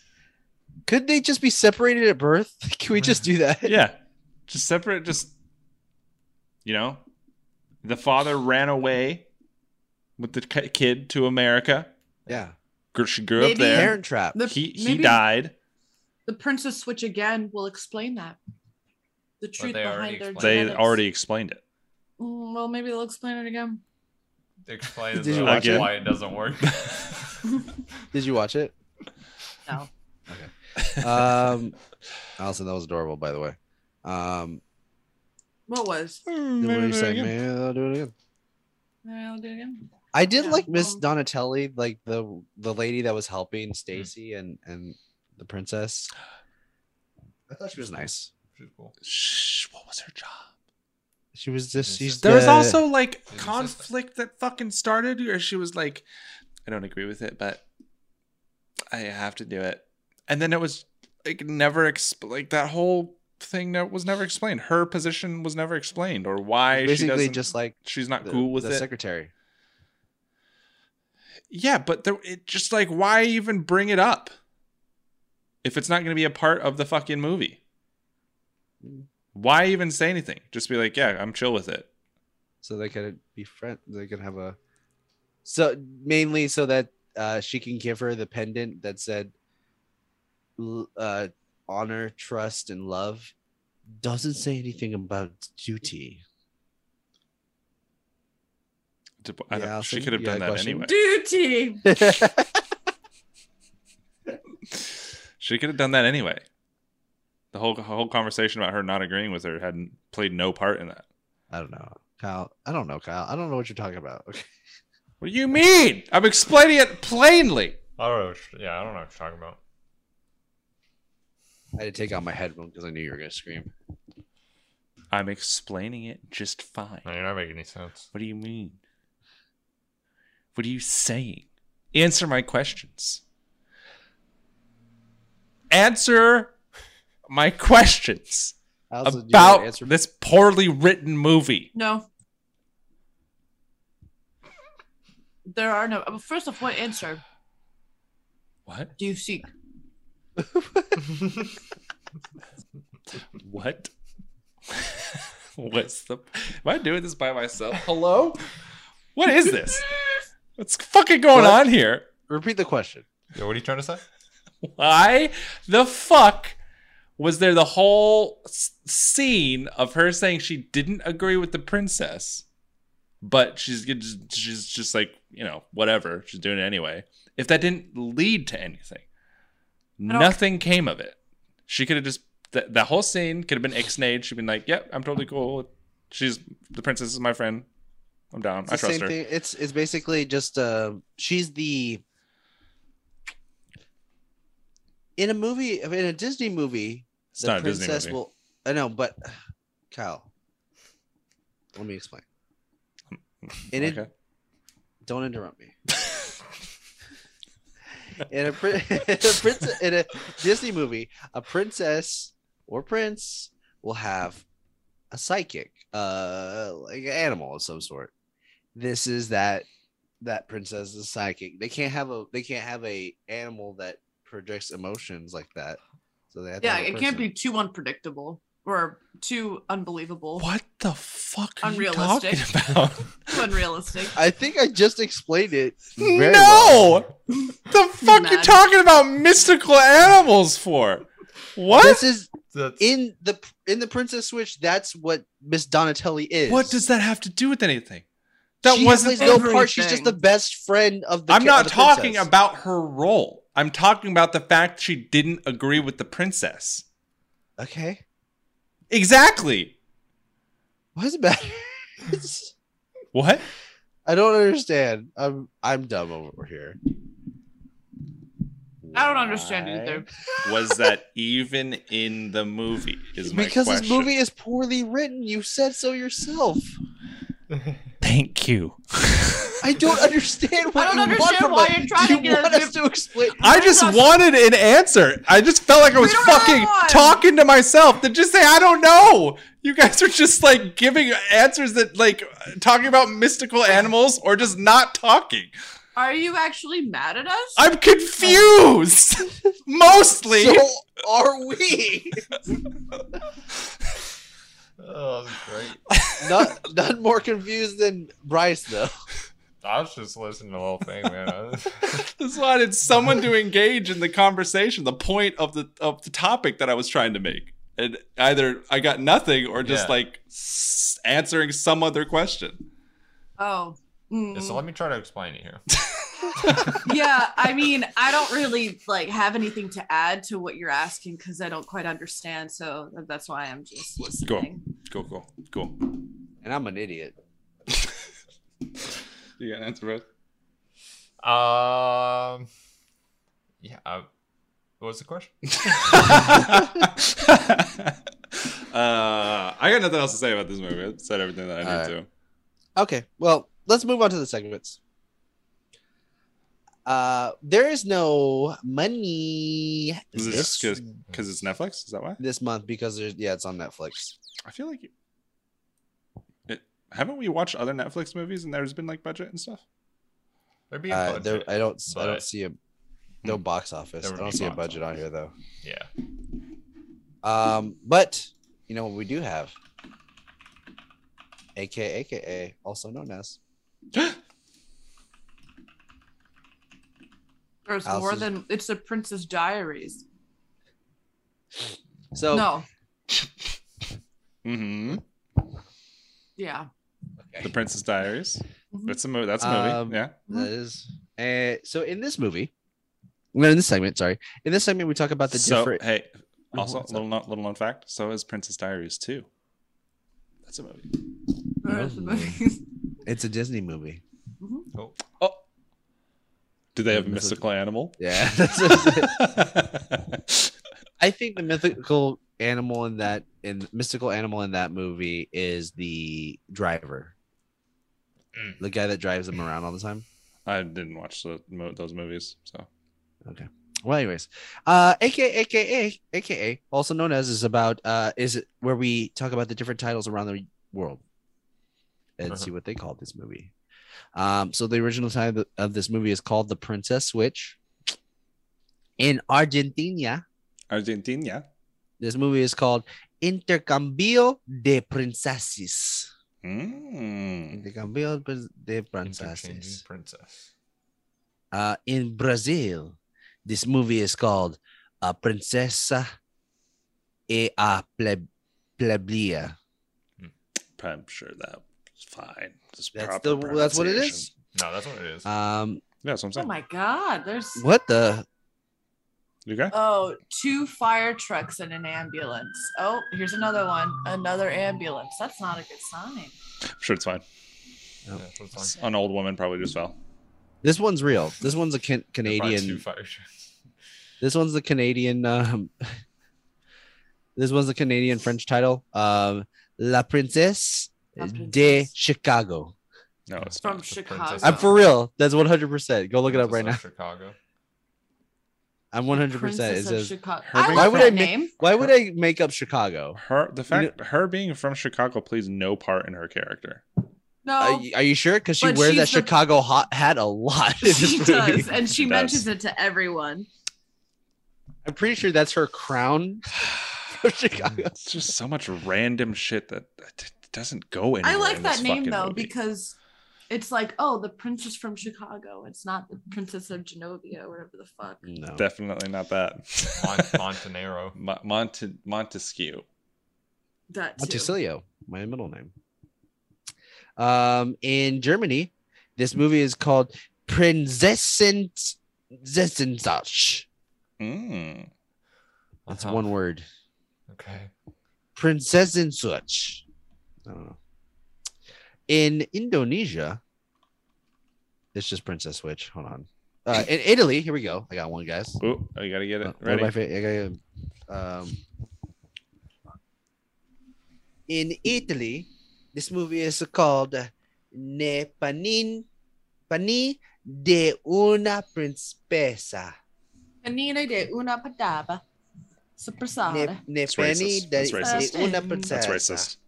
Could they just be separated at birth? Can we just do that? Yeah, just separate. Just you know, the father ran away with the ki- kid to America. Yeah. Gr- She grew up Maybe- there. Parent trap. The, he he maybe died. The princess switch again will explain that. The truth they already behind their explained They genetics. already explained it. Mm, well, maybe they'll explain it again. Explains Did you the- watch it? why it doesn't work. Did you watch it? No. Okay. Um, Allison, that was adorable, by the way. Um, What was? then what are you saying? Mm, Maybe they'll do it again. I'll do it again. I did Yeah, like Miss well- Donatelli, like the the lady that was helping Stacy and and the princess. I thought she was nice. Which is cool. Shh, what was her job? She was just she's There was the- also like Didn't exist. conflict that fucking started where she was like, I don't agree with it, but I have to do it. And then it was like never exp- like that whole thing that was never explained. Her position was never explained or why she basically doesn't, just like she's not the, cool with the it. secretary. yeah, but there, it just like why even bring it up if it's not going to be a part of the fucking movie? Mm. Why even say anything? Just be like, yeah, I'm chill with it. so they could be friends they could have a so mainly so that uh she can give her the pendant that said l- uh honor trust and love doesn't say anything about duty To- I don't- Yeah, she Allison, could have you done got a that question? anyway. Duty. she could have done that anyway. The whole whole conversation about her not agreeing with her hadn't played no part in that. i don't know kyle i don't know kyle i don't know what you're talking about okay What do you mean? I'm explaining it plainly. I don't know. What you're- yeah, I don't know what you're talking about. i had to take out my headphone because i knew you were gonna scream I'm explaining it just fine. No, you're not making any sense. What do you mean? What are you saying? Answer my questions. Answer my questions Allison, do you wanna about this poorly written movie. No. There are no. uh, First off, what answer What? do you seek? What? What's the? Am I doing this by myself? Hello? What is this? What's fucking going What? on here? repeat the question Yo, what are you trying to say? Why the fuck was there the whole s- scene of her saying she didn't agree with the princess, but she's g- just- she's just like you know whatever she's doing it anyway. If that didn't lead to anything, don't- nothing came of it. She could have just that the whole scene could have been ixnayed. She'd been like, "Yep, I'm totally cool. She's the princess is my friend. I'm down. It's I the trust same her." thing. It's it's basically just uh, she's the in a movie I mean, in a Disney movie. It's not a Disney movie. will. I know, but Kyle, let me explain. In a, okay. don't interrupt me. in a prin- in a prince in a Disney movie, a princess or prince will have a psychic, uh, like an animal of some sort. This is that that princess is psychic. They can't have a they can't have a animal that projects emotions like that. So they have to Yeah, have a it can't person. be too unpredictable or too unbelievable. What the fuck are Unrealistic. you talking about? unrealistic. I think I just explained it. Very well. no! the fuck you Mad. talking about mystical animals for? What? This is That's, in the in the Princess Switch. That's what Miss Donatelli is. what does that have to do with anything? That she wasn't plays no part. She's just everything. the best friend of the. I'm ki- not of the talking princess. about her role. I'm talking about the fact she didn't agree with the princess. Okay. Exactly. Why does it matter? It's- What? I don't understand. I'm I'm dumb over here. I don't understand Why? either. Was that even in the movie? Is my Because this question. movie is poorly written. You said so yourself. Thank you. I don't understand what I don't you want understand from why us. you're trying Do to you get want a- us to explain. I just wanted an answer. I just felt like I was don't have fucking one. talking to myself to just say I don't know. You guys are just like giving answers that like talking about mystical animals or just not talking. Are you actually mad at us? I'm confused. Mostly. So are we? oh, that's great. None, none more confused than Bryce though. I was just listening to the whole thing, man. I was- That's why I wanted someone to engage in the conversation, the point of the of the topic that I was trying to make. And either I got nothing or just Yeah. like s- answering some other question. oh. Yeah, Mm. so let me try to explain it here. yeah, I mean, I don't really like have anything to add to what you're asking because I don't quite understand. So that's why I'm just listening. Cool, cool, cool. And I'm an idiot. You got an answer, Rose? Um, yeah. I, what was the question? uh, I got nothing else to say about this movie. I said everything that I All need Okay, well, let's move on to the segments. Uh, there is no money Is it this, just because it's Netflix. Is that why? this month because there's yeah, it's on Netflix. I feel like it, haven't we watched other Netflix movies and there's been like budget and stuff? There'd be a Uh, there, budget. I don't, s- I but- Hmm. don't see a no box office. There I would don't be see a box budget on office. here though. yeah. Um, but you know what we do have, aka aka also known as There's Alice more is- than it's the Princess Diaries. so No, Mm-hmm. yeah, The Princess Diaries. Mhm. That's a movie. That's a movie. Mm-hmm. Um, yeah. That is. Uh, so in this movie, no, in this segment, sorry, in this segment we talk about the so different. hey, also what's little known, little known fact. So is Princess Diaries too. That's a movie. The rest of the Oh. movies. It's a Disney movie. Do they have a Mythical- mystical animal? Yeah, that's what I said. I think the mythical animal in that in mystical animal in that movie is the driver, Mm. the guy that drives them around all the time. I didn't watch the, mo- those movies, so Well, anyways, uh, aka aka aka also known as is about uh is it where we talk about the different titles around the world and Uh-huh. see what they called this movie. Um, so the original title of this movie is called The Princess Switch. In Argentina, Argentina. this movie is called Intercambio de Princesas. Mm-hmm. Mm. Intercambio de Interchanging Princesas. princess. Uh, in Brazil, this movie is called A Princesa e a Pleb- Plebia. I'm sure that was fine. Just That's proper the that's what it is. pronunciation. No, that's what it is. Um, Yeah, that's what I'm Oh saying. my God, there's what the You got? oh two fire trucks and an ambulance. Oh, here's another one, another ambulance. That's not a good sign. I'm sure it's fine. Yeah, that's what it's It's- An on. old woman probably just fell. this one's real. This one's a can- They're probably Canadian. two fire trucks. This one's the Canadian. Um, this one's the Canadian French title. Um, La Princesse La de Princesse. Chicago. No, it's From Oh, The Chicago. princess- I'm for real. That's 100%. Go look it up Princess right of now. Chicago. I'm 100%. It Princess of says, Chicago. Herbie- I Why like would that I make- name. why would I make up Chicago? her. The fact her being from Chicago plays no part in her character. No. Are you, are you sure? Because she But wears that she's the- Chicago hot hat a lot. in she this movie. does, and she, She does. mentions it to everyone. I'm pretty sure that's her crown. from Chicago. It's just so much random shit that that doesn't go anywhere. I like in this that name fucking though movie. because It's like, oh, the princess from Chicago. It's not the princess of Genovia or whatever the fuck. No. Definitely not that. Mon- Montanero. Mon- Monte- Montesquieu. That too. Montesilio, my middle name. Um, in Germany, this movie is called Prinzessin Zessensach. Mm. That's Uh-huh. one word. Okay. Princess and such. I don't know. In Indonesia, it's just Princess Switch. Hold on. Uh, in Italy, here we go. I got one, guys. Ooh, I gotta get Uh, it one of ready. my fa- I gotta, um, in Italy, this movie is called Ne Panin Pani de una Principessa. Panina de una Ne, padaba. Soprasada. ne That's pani racist. de, That's racist. de una Ah. That's princesa. That's racist. Is it?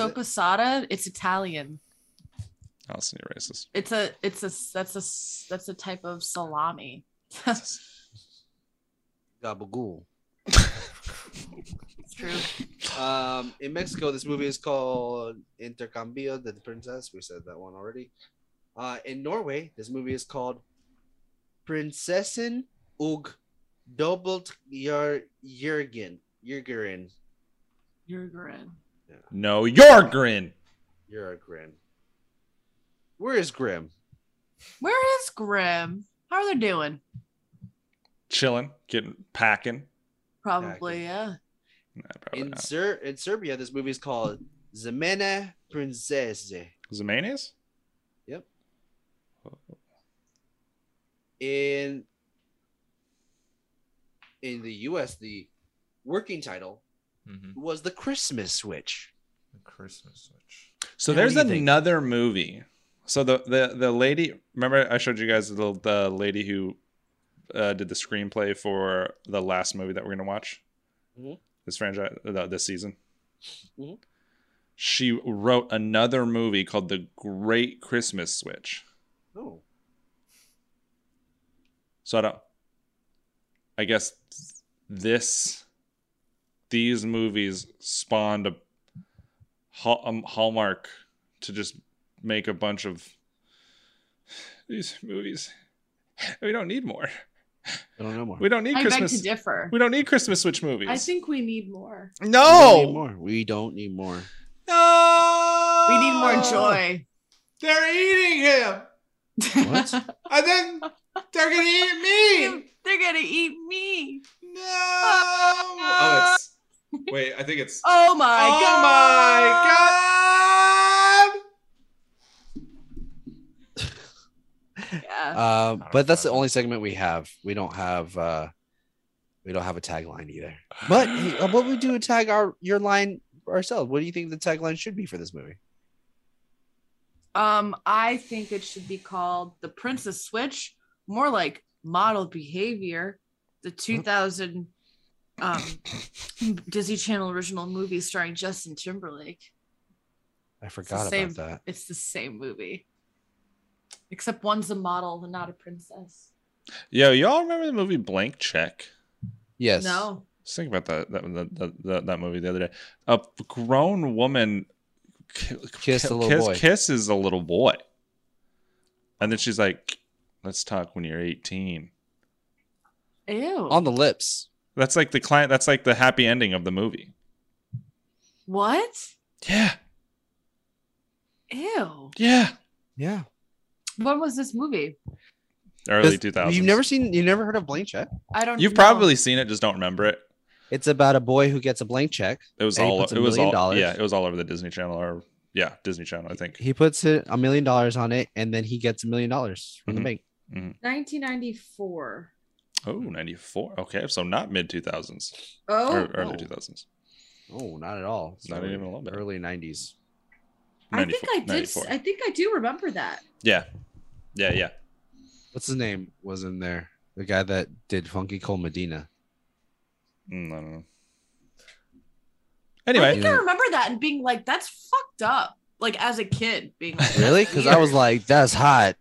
Soprasada, it's Italian. Allison, you're racist. It's a it's a that's a s- that's a type of salami. Gabagool. It's true. Um, in Mexico, this movie is called Intercambio de Princess. We said that one already. Uh, in Norway, this movie is called Prinsessen og Dobbelt Jurgen. Jurgen. Jurgen. No, your grin. Jurgen. Where is Grim? Where is Grim? How are they doing? Chilling, getting packing. Probably, yeah. Nah, probably In, not. Ser- in Serbia, this movie is called Zemena Princese. Is it mayonnaise? in in the US the working title Mm-hmm. was the Christmas switch. Christmas switch. So Yeah, what there's do you think? another movie. So the the the lady, remember I showed you guys the the lady who uh, did the screenplay for the last movie that we're gonna watch Mhm. this franchise uh, this season. Mhm. She wrote another movie called The Great Christmas Switch. Oh, So I don't. I guess this, these movies spawned a hall, um, hallmark to just make a bunch of these movies. We don't need more. I don't know more. We don't need I beg Christmas. to differ. We don't need Christmas Switch movies. I think we need more. don't need no, more. We don't need more. No! We need more Oh. joy. They're eating him! What? And then they're gonna eat me! They're gonna eat me. No! Oh, it's. Wait, I think it's. Oh my god. my god! Yeah. Um, don't but that's the know. only segment we have. We don't have uh we don't have a tagline either. But hey, uh, what we do is tag our your line ourselves. What do you think the tagline should be for this movie? Um, I think it should be called the Princess Switch, more like model behavior. The 2000 um, Disney Channel original movie starring Justin Timberlake. I forgot same. about that. It's the same movie, except one's a model and not a princess. yo, y'all remember the movie Blank Check? Yes. No, Just think about that that that, that, that movie the other day. A grown woman ki- Kissed a little boy. Kisses a little boy, and then she's like, "Let's talk when you're 18." ew. On the lips. That's like the client. That's like the happy ending of the movie. what? Yeah, Ew. yeah. Yeah. When was this movie? Early 2000s. 2000. You've never seen you never heard of blank check? I don't. You've know. probably seen it, just don't remember it. It's about a boy who gets a blank check. It was And he all. puts a It was million all. dollars. Yeah, it was all over the Disney Channel or yeah, Disney Channel. I think. He puts it, a million dollars on it, and then he gets a million dollars from Mhm. the bank. 1994. Oh, 94. Okay, so not mid 2000s Oh, or early oh. 2000s. Oh, not at all. It's Not early- even a little bit. Early nineties. I think I did. 94. I think I do remember that. Yeah, yeah, yeah. What's his name? Was in there the guy that did Funky Cole Medina. Mm, I don't know. I Anyway, think I remember that and being like, "That's fucked up." Like as a kid, being like, Really? "That's Because I was weird." like, that's hot.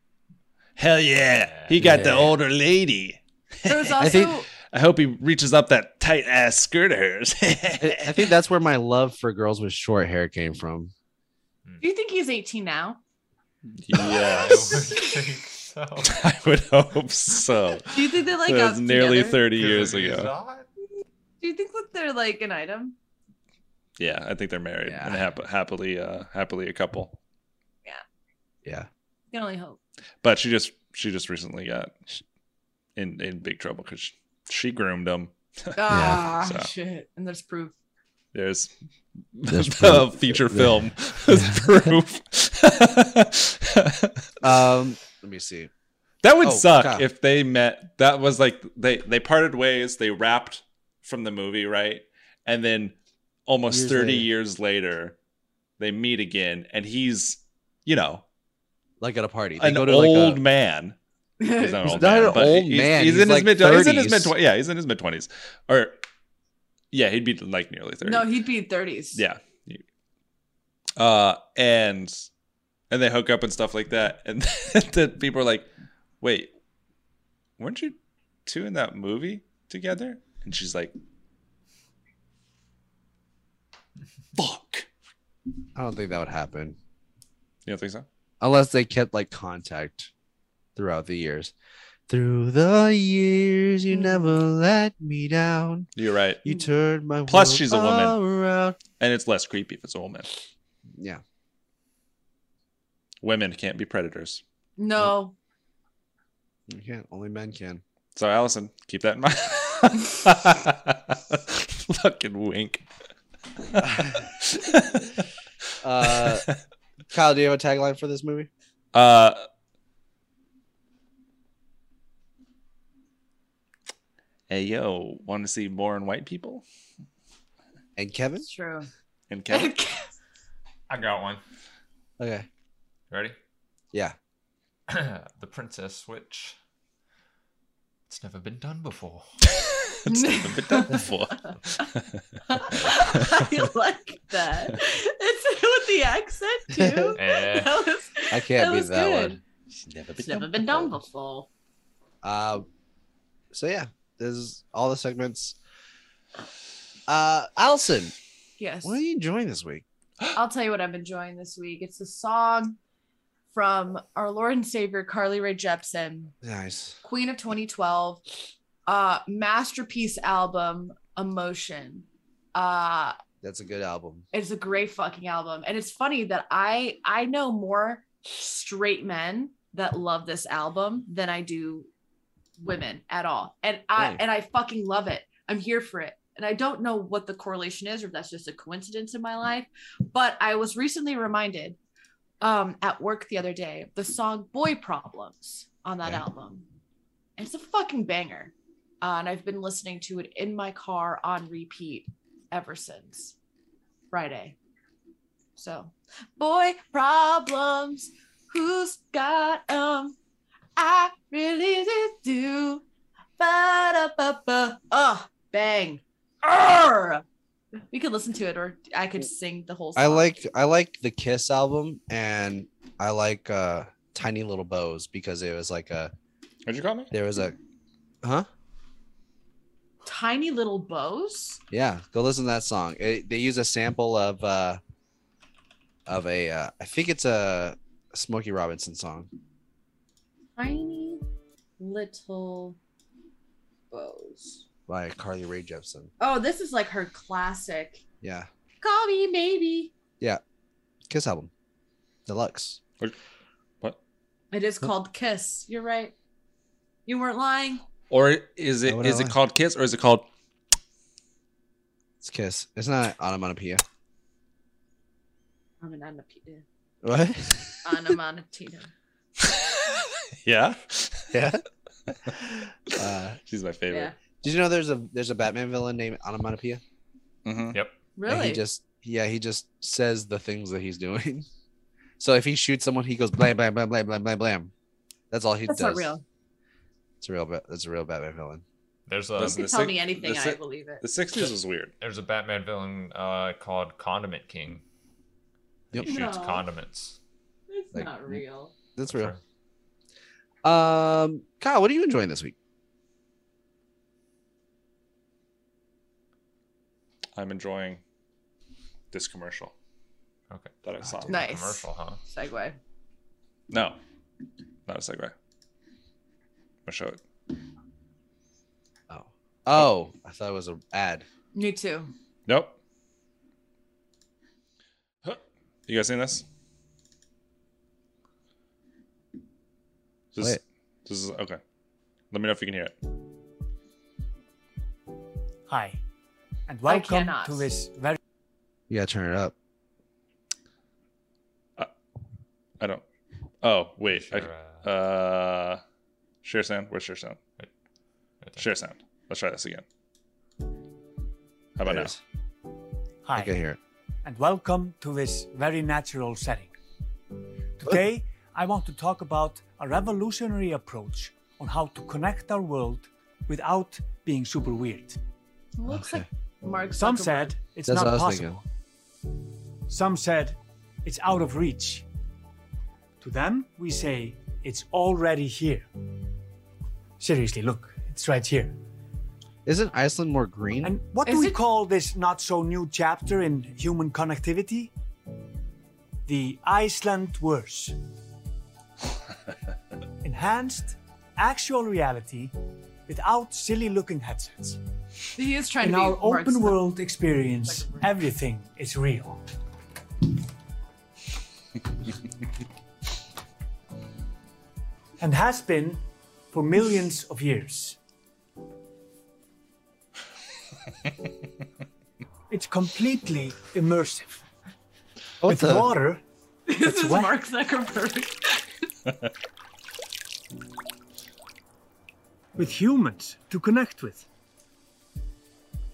Hell yeah. He got the Yeah. older lady. there was I also think- I hope he reaches up that tight ass skirt of hers. I Eh, I think that's where my love for girls with short hair came from. do you think he's 18 now? I would Yes. think so. I would hope so. Do you think they like That got was nearly together? 30 years Because ago. not- Do you think that they're like an item? Yeah, I think they're married Yeah. and hap- happily, uh, happily a couple. Yeah. You can only hope. But she just she just recently got in in big trouble because she, she groomed him. Ah, so. shit. And there's proof. There's There's the feature film as proof. Um, let me see. that would Oh, suck God. if they met. That was like they they parted ways. They wrapped from the movie, right? And then almost Years thirty later. years later, they meet again, and he's you know Like at a party, they an go to old like a, man. He's not an He's not old man. an but old he's, man. He's, He's in his like mid. He's in his 30s. mid. twen- Yeah, he's in his mid twenties. Or yeah, he'd be like nearly thirty. No, he'd be in 30s. Yeah. Uh, and and they hook up and stuff like that, and then people are like, "Wait, weren't you two in that movie together?" And she's like, "Fuck." I don't think that would happen You don't think so? unless they kept like contact throughout the years. Through the years, you never let me down. You're right, You turned my Plus, world she's a woman. around. and it's less creepy if it's a woman. Yeah, Women can't be predators. No. Mm-hmm. you can't. Only men can. So, Allison, keep that in mind. Fucking wink. Uh, Kyle, do you have a tagline for this movie? Uh, hey yo, want to see more on white people And Kevin. It's true. and Kevin? I got one. Okay. Ready? Yeah. the princess switch. It's never been done before. it's never been done before. I like that. It's with the accent too. Eh. That was, I can't that beat was that good. one. never It's never been done before. Uh, so yeah, this is all the segments. Uh, Allison, Yes. what are you enjoying this week? I'll tell you what I'm enjoying this week. It's a song from our Lord and Savior Carly Rae Jepsen, Nice. Queen of 2012, uh, masterpiece album Emotion. Uh, That's a good album. it's a great fucking album, and it's funny that I I know more straight men that love this album than I do women at all, and I Really? and I fucking love it. I'm here for it. And I don't know what the correlation is, or if that's just a coincidence in my life, but I was recently reminded um, at work the other day the song "Boy Problems" on that Yeah. album. And it's a fucking banger, uh, and I've been listening to it in my car on repeat ever since Friday. So, boy problems, who's got 'em? I really did do. Ba-da-ba-ba. Oh, bang. Arr! We could listen to it, or I could sing the whole song. I like I like the Kiss album, and I like uh Tiny Little Bows because it was like a What'd you call me? there was a huh Tiny Little Bows. yeah go listen to that song. It, they use a sample of uh of a uh, I think it's a Smokey Robinson song. Tiny Little Bows. by Carly Rae Jepsen. Oh, this is like her classic. Yeah, Call me maybe. Kiss album, deluxe. What? It is called Kiss. You're right. You weren't lying. Or is it Why would I is it lie? called kiss or is it called It's Kiss. It's not onomatopoeia. I'm an onomatopoeia. What? Onomatopoeia. yeah? yeah. Uh, She's my yeah. favorite. did you know there's a there's a Batman villain named Onomatopoeia? Mhm. And Really? he just yeah he just says the things that he's doing. So if he shoots someone, he goes blam blam blam blam blam blam blam. That's all he That's does. not real. It's a real. Ba- That's a real Batman villain. There's a You Doesn't- can the tell six- me anything, the I six- believe it. The sixties was weird. there's a Batman villain uh, called Condiment King. Yep. He shoots No. condiments. It's like- not real. That's real. Um, Kyle, what are you enjoying this week? I'm enjoying this commercial Okay. that I saw. It's a Nice. Commercial, huh? Segue. No, not a segue. I'm gonna show it. Oh. Oh, I thought it was an ad. Me too. Nope. Huh. You guys seen this? This, Play it. this is okay. Let me know if you can hear it. Hi, and I welcome cannot. to this very You gotta turn it up. I don't. Oh wait. Sure, I, uh, Uh, share sound. Where's share sound? right there. Share sound. Let's try this again. How There about now? it is. I hi, can hear it. and welcome to this very natural setting. Today, I want to talk about a revolutionary approach on how to connect our world without being super weird. Looks like Mark Some Zuckerberg. said it's That's what I was not possible. Some said it's out of reach. To them, we say it's already here. Seriously, look, it's right here. Isn't Iceland more green? And what Is do we it- call this not so new chapter in human connectivity? The Iceland worse. Enhanced actual reality without silly looking headsets. He is trying In to be our Mark open Zuckerberg. world experience, everything is real. and has been for millions of years. it's completely immersive. what With the? water, This is wet. Mark Zuckerberg. with humans to connect with.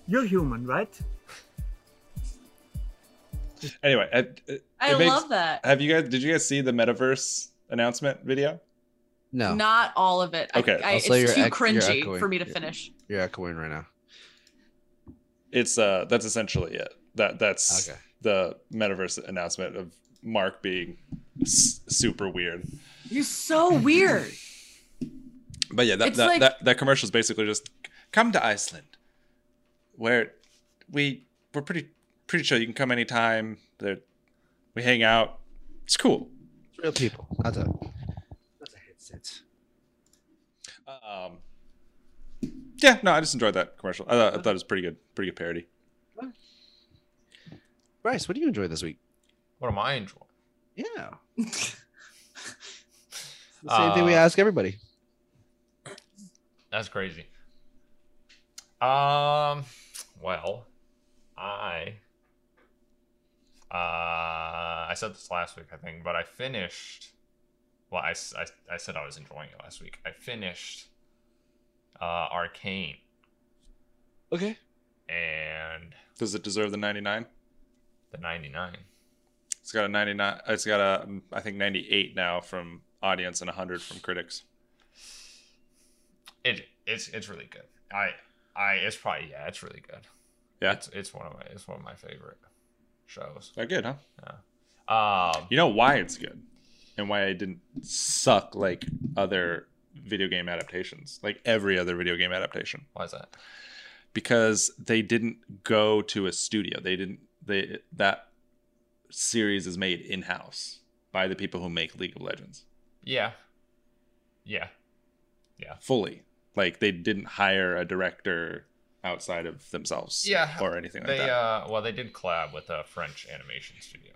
You're human, right? Anyway, I, it, it I makes- love that. Have you guys? Did you guys see the metaverse announcement video? No, Not all of it. Okay, I, I, it's also too you're ec- you're cringy echoing. for me to finish. you're echoing right now. It's uh, that's essentially it. That that's Okay. the metaverse announcement of Mark being s- super weird. You're so weird. But yeah, that It's that, like- that that commercial is basically just come to Iceland, where we we're pretty pretty sure you can come anytime. There, we hang out. It's cool. It's real people. That's a. That's a headset. Um, yeah, no, I just enjoyed that commercial. I thought, I thought it was pretty good, pretty good parody. Bryce, what do you enjoy this week? What am I enjoying? Yeah. The same thing we Uh, ask everybody. That's crazy. Um, well, I uh, I said this last week, I think, but I finished. Well, I, s- I- I said I was enjoying it last week. I finished uh, Arcane, Okay. and Does it deserve the ninety nine? the 99. It's got a 99. It's got a, um, I think 98 now from audience and 100 from critics. It it's it's really good. I I it's probably yeah, it's really good. Yeah? It's it's one of my it's one of my favorite shows. Not good, huh? Um You know why it's good and why it didn't suck like other video game adaptations, like every other video game adaptation, why is that? because they didn't go to a studio. They didn't. They that series is made in house by the people who make League of Legends Yeah. Yeah. fully. Like they didn't hire a director outside of themselves, Yeah, or anything like they that. uh well they did collab with a french animation studio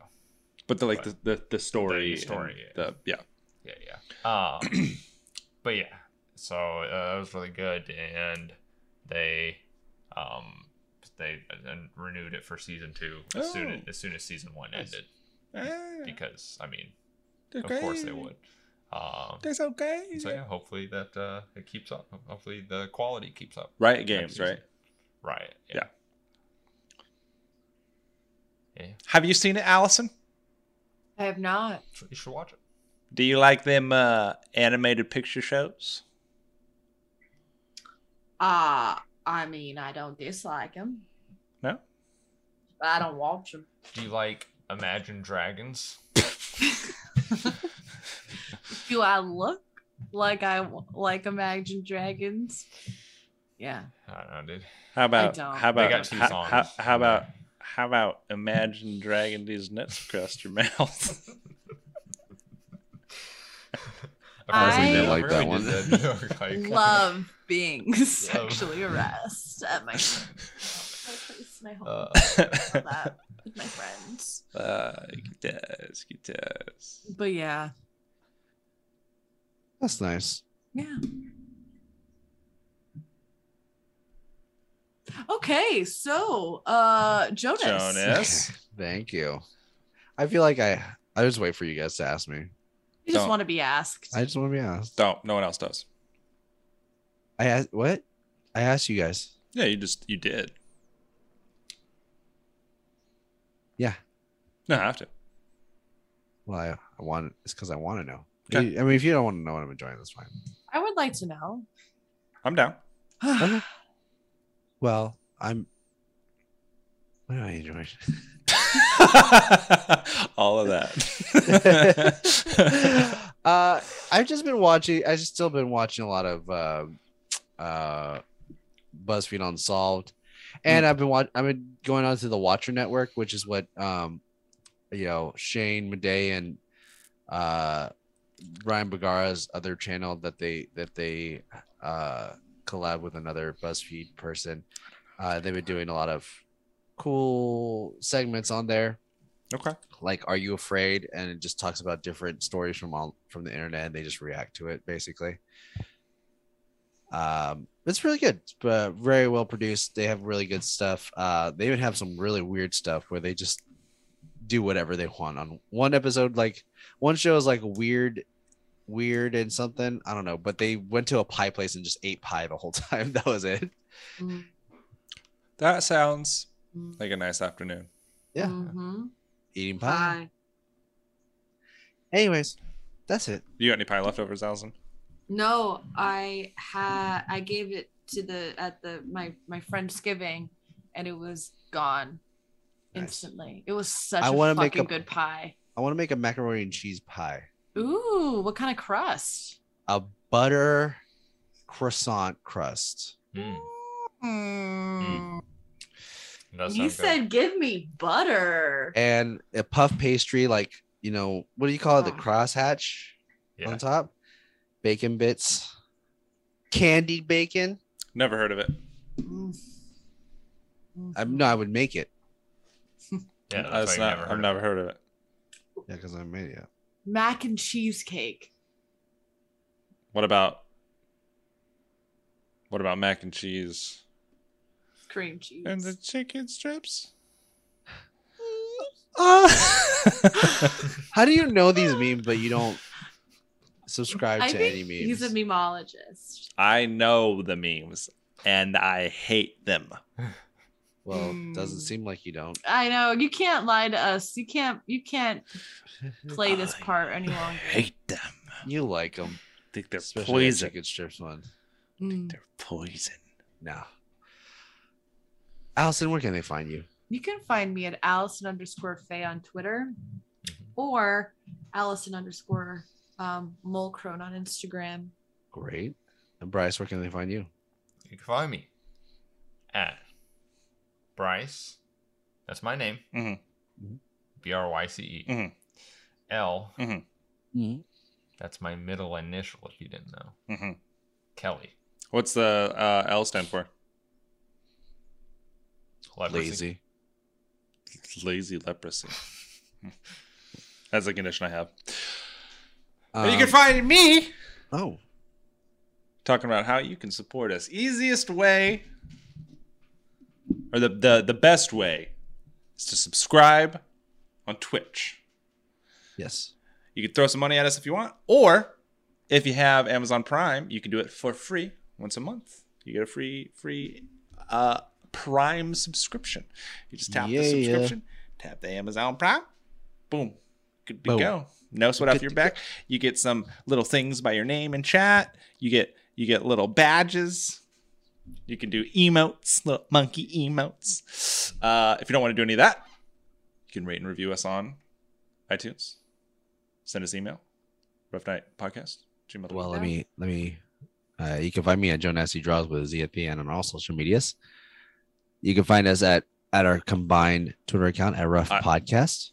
but the like the, but the the story, the story, and the yeah. yeah yeah um but yeah so uh, it was really good and they um they then renewed it for season two as soon as, Oh. as soon as season one Nice. ended Ah, because i mean of course they would um That's okay. so yeah hopefully that uh it keeps up hopefully the quality keeps up Riot next Games, season. right? right yeah, Yeah. Have you seen it, Allison? I have not. You should watch it. Do you like them uh, animated picture shows? Uh, I mean, I don't dislike him. No? But I don't watch him. Do you like Imagine Dragons? Do I look like I w- like Imagine Dragons? Yeah. I don't know, dude. How about don't. how They about got two how, songs. how, how about how about Imagine dragging these nuts across your mouth? I I did like that really one. did that joke, like- Love being sexually harassed at my, my place, my home. Uh. all that with my friends. Uh, it does, it does. But yeah, That's nice. yeah. Okay, so uh Jonas. Thank you. I feel like I I just wait for you guys to ask me. You just Don't. want to be asked. I just want to be asked. Don't. No one else does. I asked what? I asked you guys. Yeah, you just you did. Yeah. No, I have to. Well, I, I want it's because I want to know. Okay. I mean, if you don't want to know what I'm enjoying, that's fine. I would like to know. I'm down. Okay. Well, I'm. What am I enjoying? All of that. uh, I've just been watching. I've just still been watching a lot of uh, uh, BuzzFeed Unsolved, and I've been watch. I've been going on to the Watcher Network, which is what um, you know Shane Madey and uh, Ryan Bagara's other channel that they that they uh, collab with another BuzzFeed person. Uh, they've been doing a lot of cool segments on there okay. like are you afraid and it just talks about different stories from all from the internet and they just react to it basically um it's really good but very well produced they have really good stuff uh they even have some really weird stuff where they just do whatever they want on one episode like one show is like weird weird and something i don't know but they went to a pie place and just ate pie the whole time that was it That sounds like a nice afternoon. yeah Mhm. eating pie anyways that's it You got any pie leftovers, Allison? No, I had I gave it to the at the my my Friendsgiving, and it was gone instantly. It was such I a wanna fucking make a- good pie. i want to make a macaroni and cheese pie Ooh, what kind of crust? a butter croissant crust. hmm, Mm. You said give me butter. and a puff pastry, like you know, what do you call it? The Oh. crosshatch on top, bacon bits, candied bacon. Never heard of it. I'm no, I would make it. Yeah, that's not. I've never heard of it. Yeah, because I made it. Mac and cheesecake. What about? What about mac and cheese? Cream cheese. And the chicken strips. How do you know these memes, but you don't subscribe I to think any memes? he's a memologist. I know the memes, and I hate them. well, doesn't seem like you don't. I know you can't lie to us. You can't. You can't play this part any longer. Hate them. You like them. Think they're Especially that poison. chicken strips one. Mm. Poison. No. Allison, where can they find you? You can find me at Allison underscore Faye on Twitter or Allison underscore um, Mulcrone on Instagram. Great. And Bryce, where can they find you? You can find me at Bryce. That's my name. B R Y C E. Mhm. L. Mhm. That's my middle initial, if you didn't know. Mm-hmm. Kelly. What's the uh, L stand for? Leprosy. Lazy. Lazy leprosy. That's a condition I have. Um, you can find me Oh, talking about how you can support us. Easiest way, or the the, the best way, is to subscribe on Twitch. yes. You can throw some money at us if you want, or if you have Amazon Prime, you can do it for free once a month. You get a free free uh, Prime subscription. You just tap Yeah, the yeah. subscription, tap the Amazon Prime, boom, good to Boom. go. No sweat off Good your to back. You get some little things by your name in chat. You get you get little badges. You can do emotes, little monkey emotes. Uh, if you don't want to do any of that, you can rate and review us on iTunes. Send us email. Rough Night Podcast. Gmail. Well, let me let me. Uh, you can find me at Joe Nasty Draws with a Z at the end on all social medias. You can find us at at our combined Twitter account at Rough I- Podcast.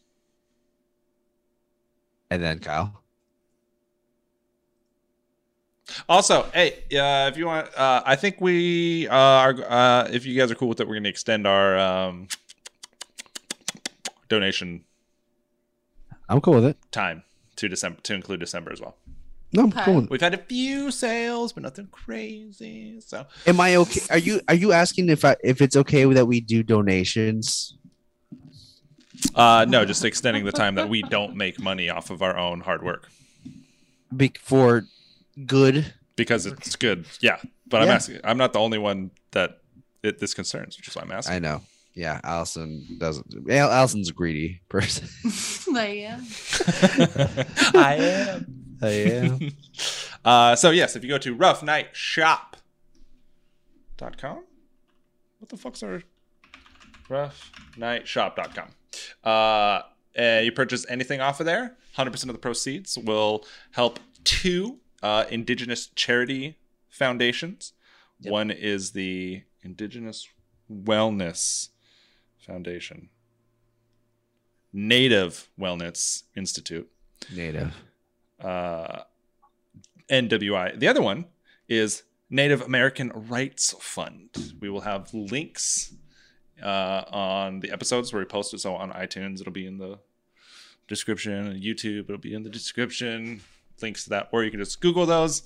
And then Kyle, Also, hey, uh, if you want, uh, I think we uh, are. Uh, if you guys are cool with it, we're going to extend our um, donation I'm cool with it. time to December to include December as well. No, I'm cool. With it. We've had a few sales, but nothing crazy. So Am I okay? Are you are you asking if I if it's okay that we do donations? Uh, no, just extending the time that we don't make money off of our own hard work Be- for good. because it's good. Yeah, but I'm Yeah. asking. I'm not the only one that it, this concerns, which is why I'm asking. I know. Yeah, Allison doesn't. Al- Allison's a greedy person. like, yeah. I am. I am. Uh, so yes, if you go to roughnightshop.com, what the fuck's our roughnightshop.com? Uh, uh, you purchase anything off of there, 100% of the proceeds will help two uh, indigenous charity foundations. One is the Indigenous Wellness Foundation, Native Wellness Institute Native. uh, NWI. The other one is Native American Rights Fund. We will have links uh, on the episodes where we post it. So on iTunes, it'll be in the description. On YouTube, it'll be in the description. Links to that, or you can just Google those,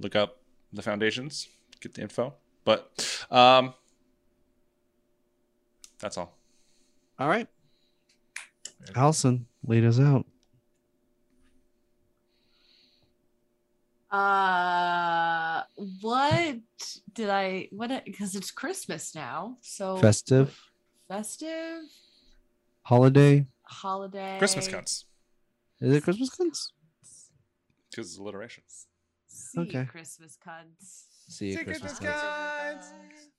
look up the foundations, get the info. But um, that's all. All right. Allison, lead us out. Uh, what did I? What? Because it's Christmas now, so Festive festive holiday. holiday. Christmas cunts, Is it Christmas cunts? because it's alliteration. See you, Okay. Christmas cunts. See you Christmas. cunts. Christmas cunts.